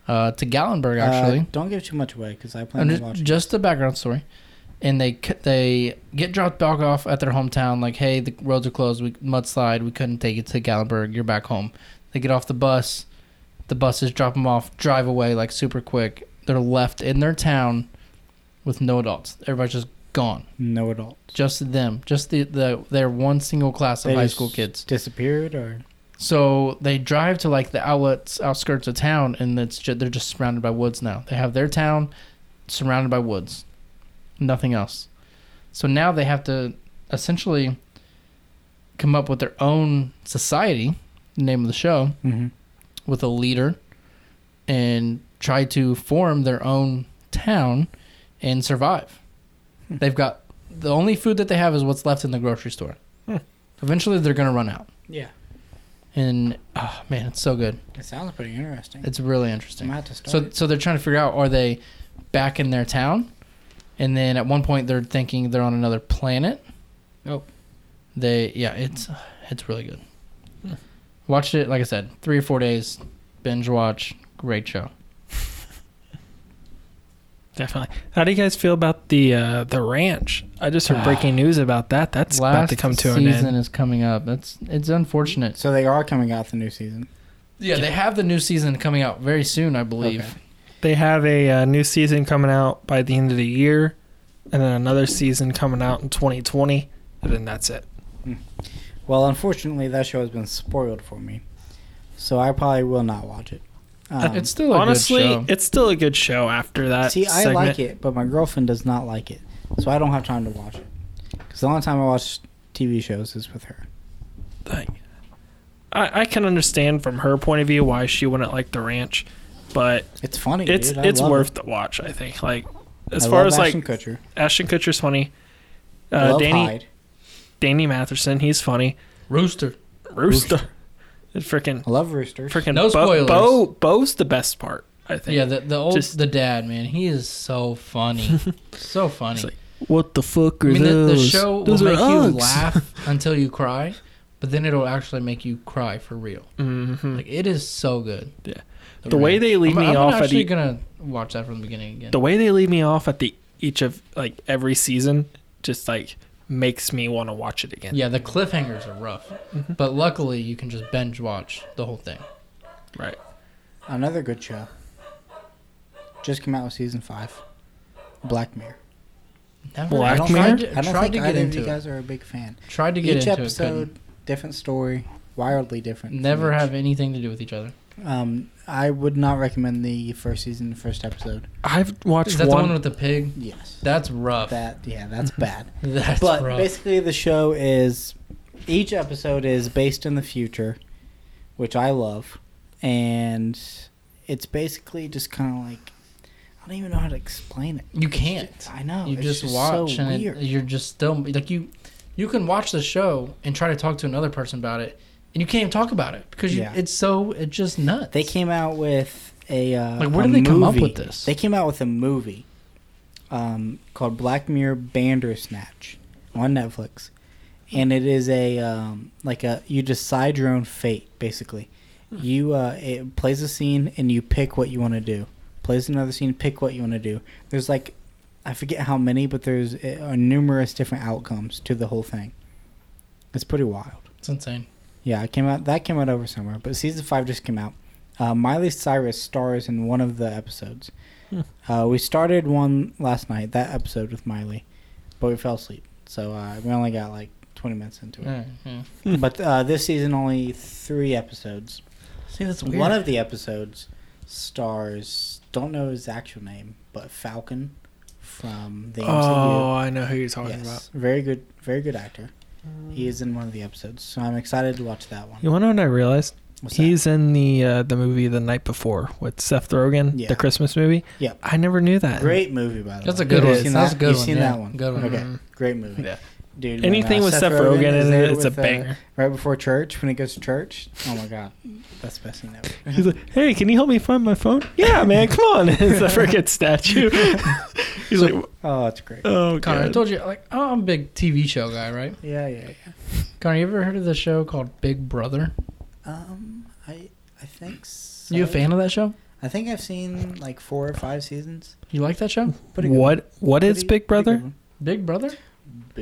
S1: uh, to Gallenberg,
S2: Uh,
S1: actually.
S2: don't give too much away because I plan
S1: I'm
S2: on
S1: just,
S2: watching.
S1: just the background story, and they c- they get dropped back off at their hometown. Like, hey, the roads are closed. We mudslide. We couldn't take you to Gallenberg. You're back home. They get off the bus. The buses drop them off. Drive away like super quick. They're left in their town with no adults. Everybody's just gone.
S2: no adult.
S1: Just them. Just the, the their one single class of
S2: They
S1: high
S2: just
S1: school kids.
S2: disappeared or
S1: So they drive to like the outlets, outskirts of town, and it's ju- they're just surrounded by woods now. They have their town surrounded by woods, nothing else. So now they have to essentially come up with their own society, the name of the show,
S2: Mhm.
S1: with a leader, and try to form their own town and survive. They've got the only food that they have is what's left in the grocery store.
S3: Hmm.
S1: Eventually, they're gonna run out
S2: Yeah,
S1: and oh man, it's so good.
S2: it sounds pretty interesting.
S1: It's really
S2: I might
S1: interesting.
S2: have to start.
S1: So
S2: it.
S1: so they're trying to figure out are they back in their town, and then at one point they're thinking they're on another planet.
S2: Oh.
S1: They yeah, it's uh, it's really good. Hmm. Watched it like I said, three or four days, binge watch, great show.
S3: Definitely. How do you guys feel about the uh, the ranch? I just heard breaking news about that. That's about to come to an
S1: season
S3: end.
S1: is coming up. That's it's unfortunate.
S2: So they are coming out the new season.
S1: Yeah, they have the new season coming out very soon, I believe.
S2: Okay.
S3: They have a uh, new season coming out by the end of the year, and then another season coming out in 2020, and then that's it.
S2: Well, unfortunately, that show has been spoiled for me, so I probably will not watch it. Um,
S1: it's still a
S3: Honestly,
S1: good show.
S3: it's still a good show after Uh, that.
S2: see, I
S3: segment.
S2: like it, but my girlfriend does not like it, so I don't have time to watch it. Because the only time I watch TV shows is with her.
S3: Like, I, I can understand from her point of view why she wouldn't like the ranch, but
S2: It's funny.
S3: it's
S2: dude. I
S3: it's
S2: love
S3: worth
S2: It.
S3: the watch. I think. Like as
S2: I
S3: far
S2: love
S3: as
S2: Ashton
S3: like
S2: Kutcher,
S3: Ashton Kutcher's funny,
S2: I
S3: uh,
S2: love
S3: Danny
S2: Hyde.
S3: Danny Matheson, he's funny.
S1: Rooster.
S3: Rooster, freaking
S2: I love Rooster.
S3: freaking
S1: No
S3: Bo,
S1: spoilers.
S3: Bo Bo's the best part. I think.
S1: Yeah, the, the old
S3: Just-
S1: the dad man, he is so funny, so funny.
S3: It's like, What the fuck
S1: I
S3: are
S1: mean, the, the
S3: those?
S1: show
S3: those
S1: will make
S3: are
S1: you laugh until you cry, but then it'll actually make you cry for real.
S3: hmm
S1: Like it is so good.
S3: Yeah. The way they leave
S1: I'm,
S3: me
S1: I'm
S3: off at
S1: actually
S3: the,
S1: gonna watch that from the beginning again.
S3: the way they leave me off at the each of like every season just like makes me want to watch it again.
S1: yeah, the cliffhangers are rough,
S3: Mm-hmm.
S1: but luckily you can just binge watch the whole thing.
S3: Right.
S2: Another good show. Just came out with season five. Black Mirror.
S1: Never,
S3: Black
S1: I
S2: I don't,
S3: Mirror?
S1: Tried to,
S2: think- I don't
S1: tried
S2: think
S1: to get
S2: either of
S1: into
S2: you
S1: it.
S2: guys are a big fan.
S1: tried to get
S2: Each
S1: into
S2: episode,
S1: it.
S2: different story, wildly different.
S1: couldn't.
S2: from
S1: Never
S2: each.
S1: have anything to do with each other.
S2: Um, I would not recommend the first season, first episode.
S3: I've
S1: Is
S3: watched
S1: that
S3: one,
S1: the one with the pig?
S2: Yes.
S1: That's rough.
S2: That yeah, that's bad.
S1: That's
S2: but
S1: rough.
S2: basically, the show is each episode is based in the future, which I love, and it's basically just kind of like I don't even know how to explain it.
S1: You can't.
S2: I know.
S1: you
S2: it's
S1: just, watch
S2: so
S1: and
S2: weird.
S1: it, you're just still like you you can watch the show and try to talk to another person about it and you can't even talk about it because you,
S2: Yeah.
S1: it's so it's just nuts
S2: They came out with a uh,
S1: Like, where
S2: a
S1: did they come up
S2: movie.
S1: with this?
S2: They came out with a movie um, called Black Mirror Bandersnatch on Netflix, and it is a um, like a you decide your own fate basically.
S1: Hmm.
S2: You uh, it plays a scene and you pick what you want to do. Plays another scene, pick what you want to do. There's like I forget how many, but there's uh, numerous different outcomes to the whole thing. It's pretty wild.
S1: it's insane
S2: Yeah, it came out. That came out over summer, but season five just came out. Uh, Miley Cyrus stars in one of the episodes.
S3: Hmm.
S2: Uh, we started one last night, that episode with Miley, but we fell asleep, so uh, we only got like twenty minutes into it.
S1: yeah, yeah.
S3: Hmm.
S2: But uh, this season, only three episodes.
S1: see that's weird
S2: One of the episodes stars don't know his actual name, but Falcon from the
S3: Oh,
S2: MCU.
S3: I know who you're Uh, talking
S2: yes, very good, very good actor. He is in one of the episodes, so I'm excited to watch that one.
S3: about. You want to know what I realized?
S2: What's that?
S3: He's in the uh, the movie The Night Before with Seth Rogen,
S2: Yeah.
S3: the Christmas movie.
S2: Yeah.
S3: I never knew that.
S2: Great movie, by the
S1: that's
S2: way.
S1: a good
S3: It
S1: one
S3: is.
S2: You've seen
S1: that's a
S2: that-
S1: good
S2: you've
S1: one
S2: seen
S1: yeah.
S2: that one.
S1: good one mm-hmm.
S2: Okay.
S3: Mm.
S2: Great movie.
S3: Yeah.
S2: Dude, when,
S3: Anything
S2: uh,
S3: with
S2: Seth
S3: Seth
S2: Rogen
S3: Rogen
S2: is
S3: in
S2: there
S3: it, it's a
S2: with, uh,
S3: banger.
S2: Right before church, when he goes to church. Oh my god. That's the best thing ever.
S3: He's like, "Hey, can you help me find my phone?" Yeah, man, come on. It's a freaking statue. He's like,
S2: Oh, it's great.
S3: "Oh,
S1: Connor, I
S3: God.
S1: told you, like, oh, I'm a big TV show guy, right?
S2: Yeah, yeah, yeah.
S1: Connor, you ever heard of the show called Big Brother?
S2: Um I I think so.
S1: You a fan of that show?
S2: I think I've seen like four or five seasons.
S1: You like that show?
S2: Pretty good.
S3: What? What is
S2: Pretty-
S3: Big Brother?
S1: Big Brother?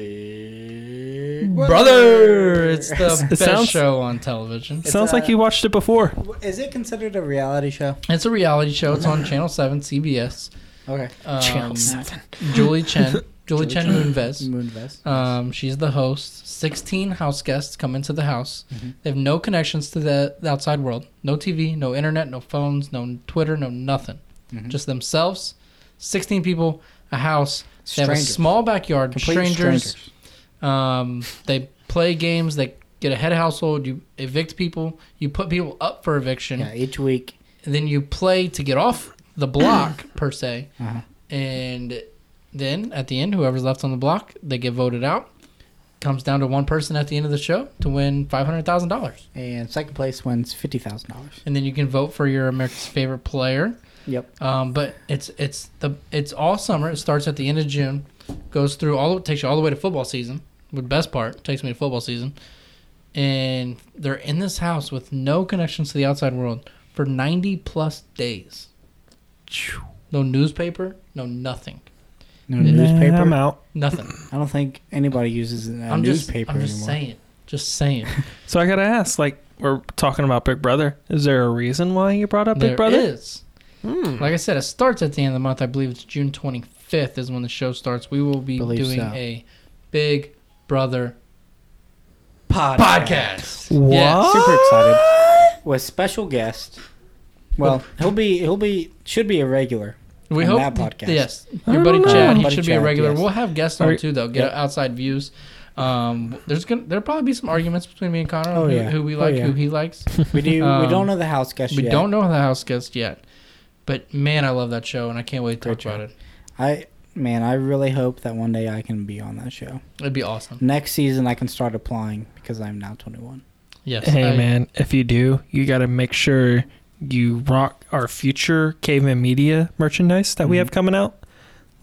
S2: Pretty good one. Big
S1: Brother! It's the
S3: It
S1: best
S3: sounds-
S1: show on television.
S2: It's uh,
S3: Sounds like
S2: a-
S3: you watched it before.
S2: Is it considered a reality show?
S1: It's a reality show. It's on Channel 7, CBS.
S2: Okay.
S1: Um,
S3: Channel Seven.
S1: Julie Chen. Julie Chen Moonves.
S2: Moonvest.
S1: Um, she's the host. 16 house guests come into the house.
S2: Mhm.
S1: They have no connections to the, the outside world. No TV, no internet, no phones, no Twitter, no nothing.
S2: Mhm.
S1: Just themselves. 16 people, a house. They have a
S2: Strangers.
S1: small backyard.
S2: Complete
S1: strangers. Um, they play games. They get a head household. You evict people. You put people up for eviction.
S2: Yeah, each week.
S1: And then you play to get off the block per se.
S2: Uh-huh.
S1: And then at the end, whoever's left on the block, they get voted out. Comes down to one person at the end of the show to win five hundred thousand dollars,
S2: And second place wins fifty thousand dollars.
S1: and then you can vote for your America's favorite player.
S2: Yep.
S1: Um, but it's it's the it's all summer. It starts at the end of June, goes through all takes you all the way to football season. The best part takes me to football season, and they're in this house with no connections to the outside world for ninety plus days. No newspaper, no nothing,
S2: No
S1: Yeah,
S2: newspaper.
S3: I'm out.
S1: nothing.
S2: I don't think anybody uses a
S1: I'm just
S2: newspaper
S1: I'm just
S2: anymore.
S1: saying, just saying.
S3: So I gotta ask, like, we're talking about Big Brother. Is there a reason why you brought up Big
S1: there
S3: Brother?
S1: is.
S3: Hmm.
S1: Like I said, it starts at the end of the month. I believe it's June 25th is when the show starts. We will be
S2: Believe
S1: doing
S2: so.
S1: a Big Brother
S2: Podcast.
S1: podcast.
S3: What?
S1: Yes.
S2: Super excited. With special guest. Well, he'll be he'll be should be a regular.
S1: We
S2: on
S1: hope
S2: that podcast.
S1: Yes,
S3: I
S1: your buddy
S3: don't know.
S1: Chad. He
S2: Buddy
S1: should be a
S2: Chad,
S1: regular.
S2: yes.
S1: We'll have guests
S3: Are
S1: on
S3: you-
S1: too, though. Get
S2: Yep.
S1: outside views. Um, there's gonna there probably be some arguments between me and Connor on
S2: Oh,
S1: who,
S2: yeah.
S1: who we
S2: Oh,
S1: like,
S2: yeah.
S1: who he likes.
S2: We do we
S1: Um,
S2: don't know the house guest
S1: we
S2: yet.
S1: don't know the house guest yet, but man, I love that show and I can't wait to
S2: Great
S1: talk about it.
S2: I man, I really hope that one day I can be on that show.
S1: It'd be awesome.
S2: Next season I can start applying because I'm now 21.
S1: Yes.
S3: Hey
S1: I-
S3: man, if you do, you gotta make sure you rock our future Caveman Media merchandise that we
S2: Mhm.
S1: Mm-hmm.
S3: have coming out.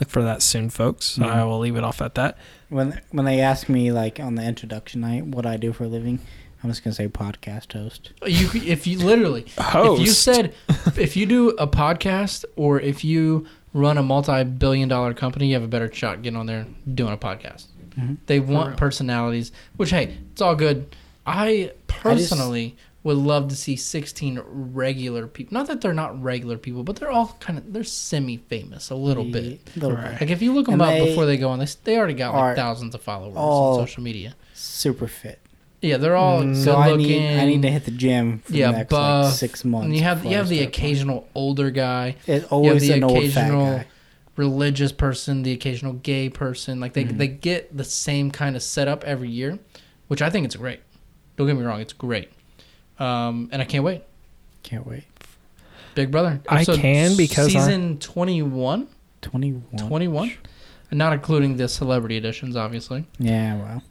S3: Look for that soon, folks.
S2: Mhm.
S3: I will leave it off at that.
S2: When when they ask me like on the introduction night what I do for a living, I'm just gonna say podcast host.
S1: You c- if you literally
S3: Host.
S1: if you said if you do a podcast or if you run a multi-billion dollar company, you have a better shot getting on there doing a podcast.
S2: Mhm.
S1: They
S3: real.
S1: want personalities, which hey, it's all good. I personally would love to see 16 regular people. Not that they're not regular people, but they're all kind of they're semi-famous a little bit.
S2: little
S3: Right.
S2: bit.
S1: Like if you look them
S2: And
S1: up
S2: they
S1: before they go on, they, s- they already got like
S2: are
S1: thousands of followers
S2: all-
S1: on social media.
S2: Super fit.
S1: Yeah, they're all
S3: Mm.
S1: good
S2: So I
S1: looking.
S2: need I need to hit the gym for
S1: Yeah,
S2: the next
S1: buff,
S2: like six months.
S1: and you have
S2: before
S1: you
S2: I
S1: have the
S2: start playing.
S1: occasional older guy
S2: It's always
S1: the
S2: an old fat
S1: occasional-
S2: guy.
S1: religious person, the occasional gay person. Like
S2: Mm-hmm.
S1: they they get the same kind of setup every year, which I think it's great. Don't get me wrong, it's great. Um, and I can't wait.
S2: Can't wait.
S1: Big Brother.
S3: I can because I-
S1: season 21?
S2: 21.
S1: 21? Not including the celebrity editions, obviously.
S2: Yeah, well.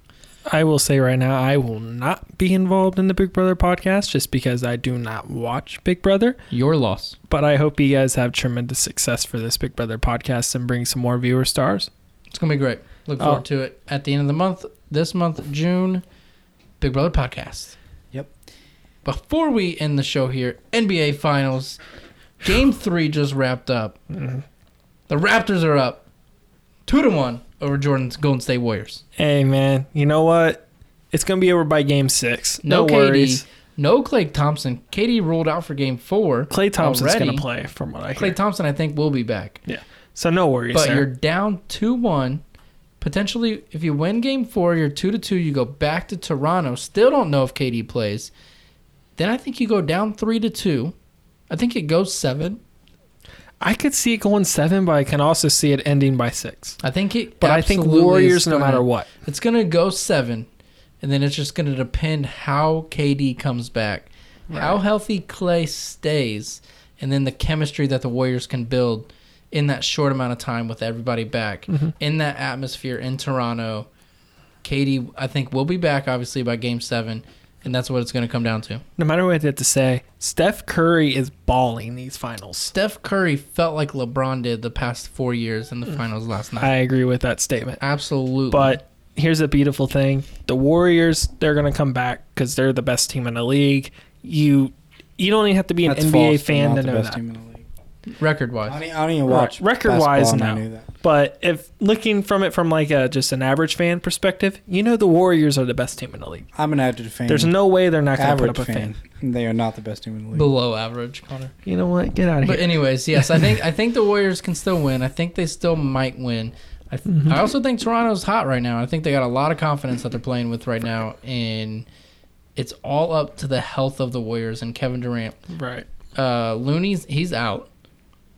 S3: I will say right now, I will not be involved in the Big Brother podcast just because I do not watch Big Brother.
S1: Your loss.
S3: But I hope you guys have tremendous success for this Big Brother podcast and bring some more viewer stars.
S1: It's gonna be great. Look
S3: Oh.
S1: forward to it. At the end of the month, this month, June, Big Brother podcast.
S2: Yep.
S1: Before we end the show here, NBA Finals, Game Three just wrapped up.
S3: Mm-hmm.
S1: The Raptors are up two to one over Jordan's Golden State Warriors.
S3: Hey, man, you know what? It's going to be over by game six. No,
S1: KD,
S3: worries.
S1: no Clay Thompson. KD ruled out for Game Four.
S3: Clay Thompson's going
S1: already.
S3: to play, from what I hear.
S1: Clay Thompson, I think, will be back.
S3: yeah. So no worries.
S1: but
S3: there.
S1: you're down two one. Potentially, if you win Game Four, you're two to two. You go back to Toronto. Still don't know if KD plays. Then I think you go down three to two. I think it goes seven.
S3: I could see it going seven, but I can also see it ending by six.
S1: I think it.
S3: But I think
S1: absolutely is
S3: Warriors, no
S1: gonna-
S3: matter what.
S1: it's gonna go seven, and then it's just gonna depend how KD comes back, how healthy Clay stays, and then the chemistry that the Warriors can build in that short amount of time with everybody back
S3: Mm-hmm.
S1: in that atmosphere in Toronto. KD, I think, will be back obviously by Game Seven, and that's what it's gonna come down to.
S3: No matter what I have to say, Steph Curry is balling these finals.
S1: Steph Curry felt like LeBron did the past four years in the finals last night.
S3: Mm. I agree with that statement.
S1: Absolutely,
S3: But here's the beautiful thing: the Warriors, they're gonna come back because they're the best team in the league. You, you don't even have to be an
S2: That's
S3: NBA
S2: false. They're
S3: fan
S2: not
S3: to
S2: the
S3: know
S2: best
S3: that. e,
S2: team in the league.
S1: record
S2: I
S1: wise,
S2: don't, I don't even watch
S3: Right. Record-wise,
S2: basketball, and I
S3: no.
S2: knew that.
S3: But if looking from it from like a just an average fan perspective, you know the Warriors are the best team in the league.
S2: I'm an average fan.
S3: There's no way they're not gonna
S2: Mm.
S3: put
S2: average
S3: up a fan.
S2: fan. They are not the best team in the league.
S1: below average, Connor.
S3: You know what? Get out of
S1: But
S3: here.
S1: anyways, yes, I think I think the Warriors can still win. I think they still might win. I, th- I also think Toronto's hot right now. I think they got a lot of confidence that they're playing with right now, and it's all up to the health of the Warriors and Kevin Durant.
S3: right.
S1: Uh, Looney's he's out.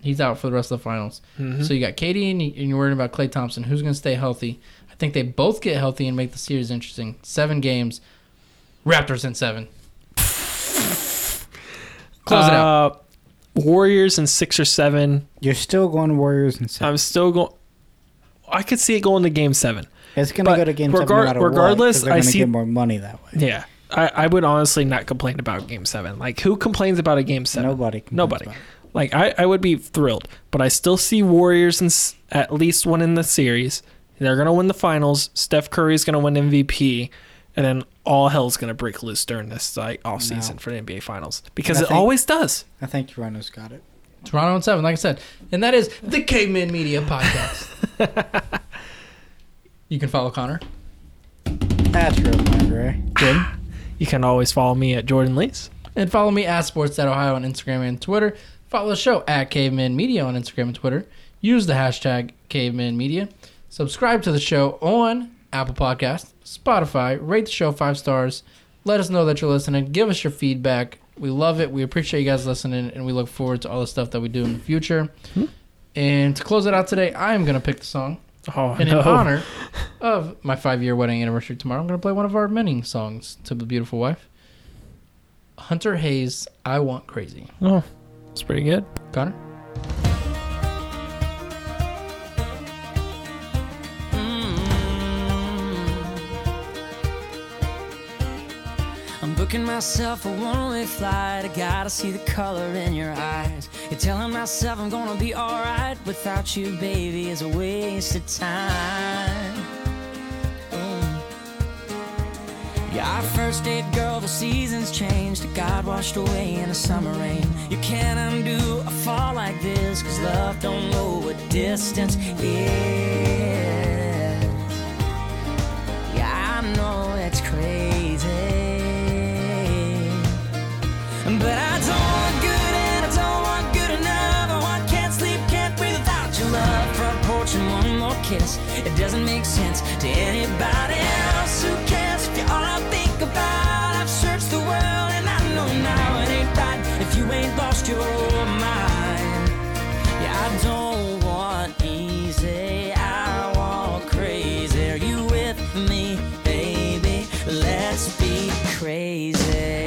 S1: He's out for the rest of the finals. So you got Katie and, you, and you're worried about Clay Thompson. Who's going to stay healthy? I think they both get healthy and make the series interesting. Seven games, Raptors in seven. Close it out.
S3: Uh, Warriors in six or seven.
S2: You're still going Warriors and seven.
S3: I'm still going. I could see it going to game seven.
S2: it's going to
S3: but
S2: go to game seven no
S3: regar-
S2: matter what, 'cause
S3: regardless,
S2: they're
S3: I
S2: gonna
S3: see-
S2: get more money that way.
S3: Yeah. I, I would honestly not complain about game seven. Like, who complains about a game seven?
S2: Nobody. complains
S3: Nobody.
S2: about it.
S3: Like, I, I would be thrilled, but I still see Warriors and s- at least one in the series. They're going to win the finals. Steph Curry's going to win MVP. And then all hell's going to break loose during this like, offseason
S2: No.
S3: for the NBA finals because
S2: I
S3: it
S2: think-
S3: always does.
S2: I think Toronto's got it.
S1: Toronto and seven, like I said, and that is the Caveman Media podcast. you can follow Connor.
S2: That's real library.
S1: Jim.
S3: You can always follow me at Jordan Lees.
S1: And follow me at Sports at Ohio on Instagram and Twitter. Follow the show at Caveman Media on Instagram and Twitter. Use the hashtag Caveman Media. Subscribe to the show on Apple Podcast, Spotify. Rate the show five stars. Let us know that you're listening. Give us your feedback. We love it. We appreciate you guys listening, and we look forward to all the stuff that we do in the future. And to close it out today, I am going to pick the song.
S3: Oh,
S1: And in honor of my five year wedding anniversary tomorrow, I'm going to play one of our many songs to the beautiful wife. Hunter Hayes, I Want Crazy.
S3: Oh, it's pretty good.
S1: Connor?
S5: I'm booking myself a one-way flight. I gotta see the color in your eyes. You're telling myself I'm gonna be alright without you, baby. Is a waste of time. Mm. Yeah, our first date, girl, the seasons changed. God washed away in a summer rain. You can't undo a fall like this, cause love don't know what distance is. Yeah, I know it's crazy. But I don't want good and I don't want good enough. I want can't sleep, can't breathe without your love. Front porch and one more kiss. It doesn't make sense to anybody else who cares if you're all I think about. I've searched the world and I know now it ain't right if you ain't lost your mind. Yeah, I don't want easy. I want crazy. Are you with me, baby? Let's be crazy.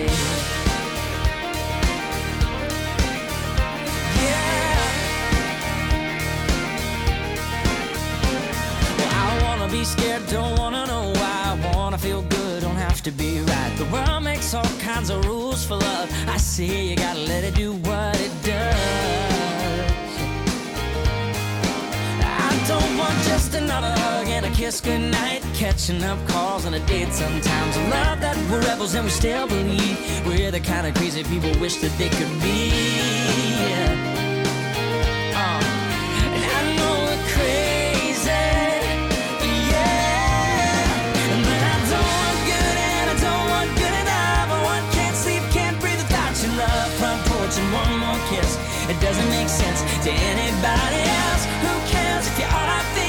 S5: wanna be scared, don't wanna know why. I wanna feel good, don't have to be right. The world makes all kinds of rules for love. I say you gotta let it do what it does. I don't want just another hug and a kiss goodnight. Catching up calls and a date sometimes. Love that we're rebels and we still believe we're the kind of crazy people wish that they could be. Uh, and I know we're crazy, yeah. But I don't want good and I don't want good enough. I want can't sleep, can't breathe without your love. Front porch and one more kiss. It doesn't make sense to anybody else. Who cares if you're all I think?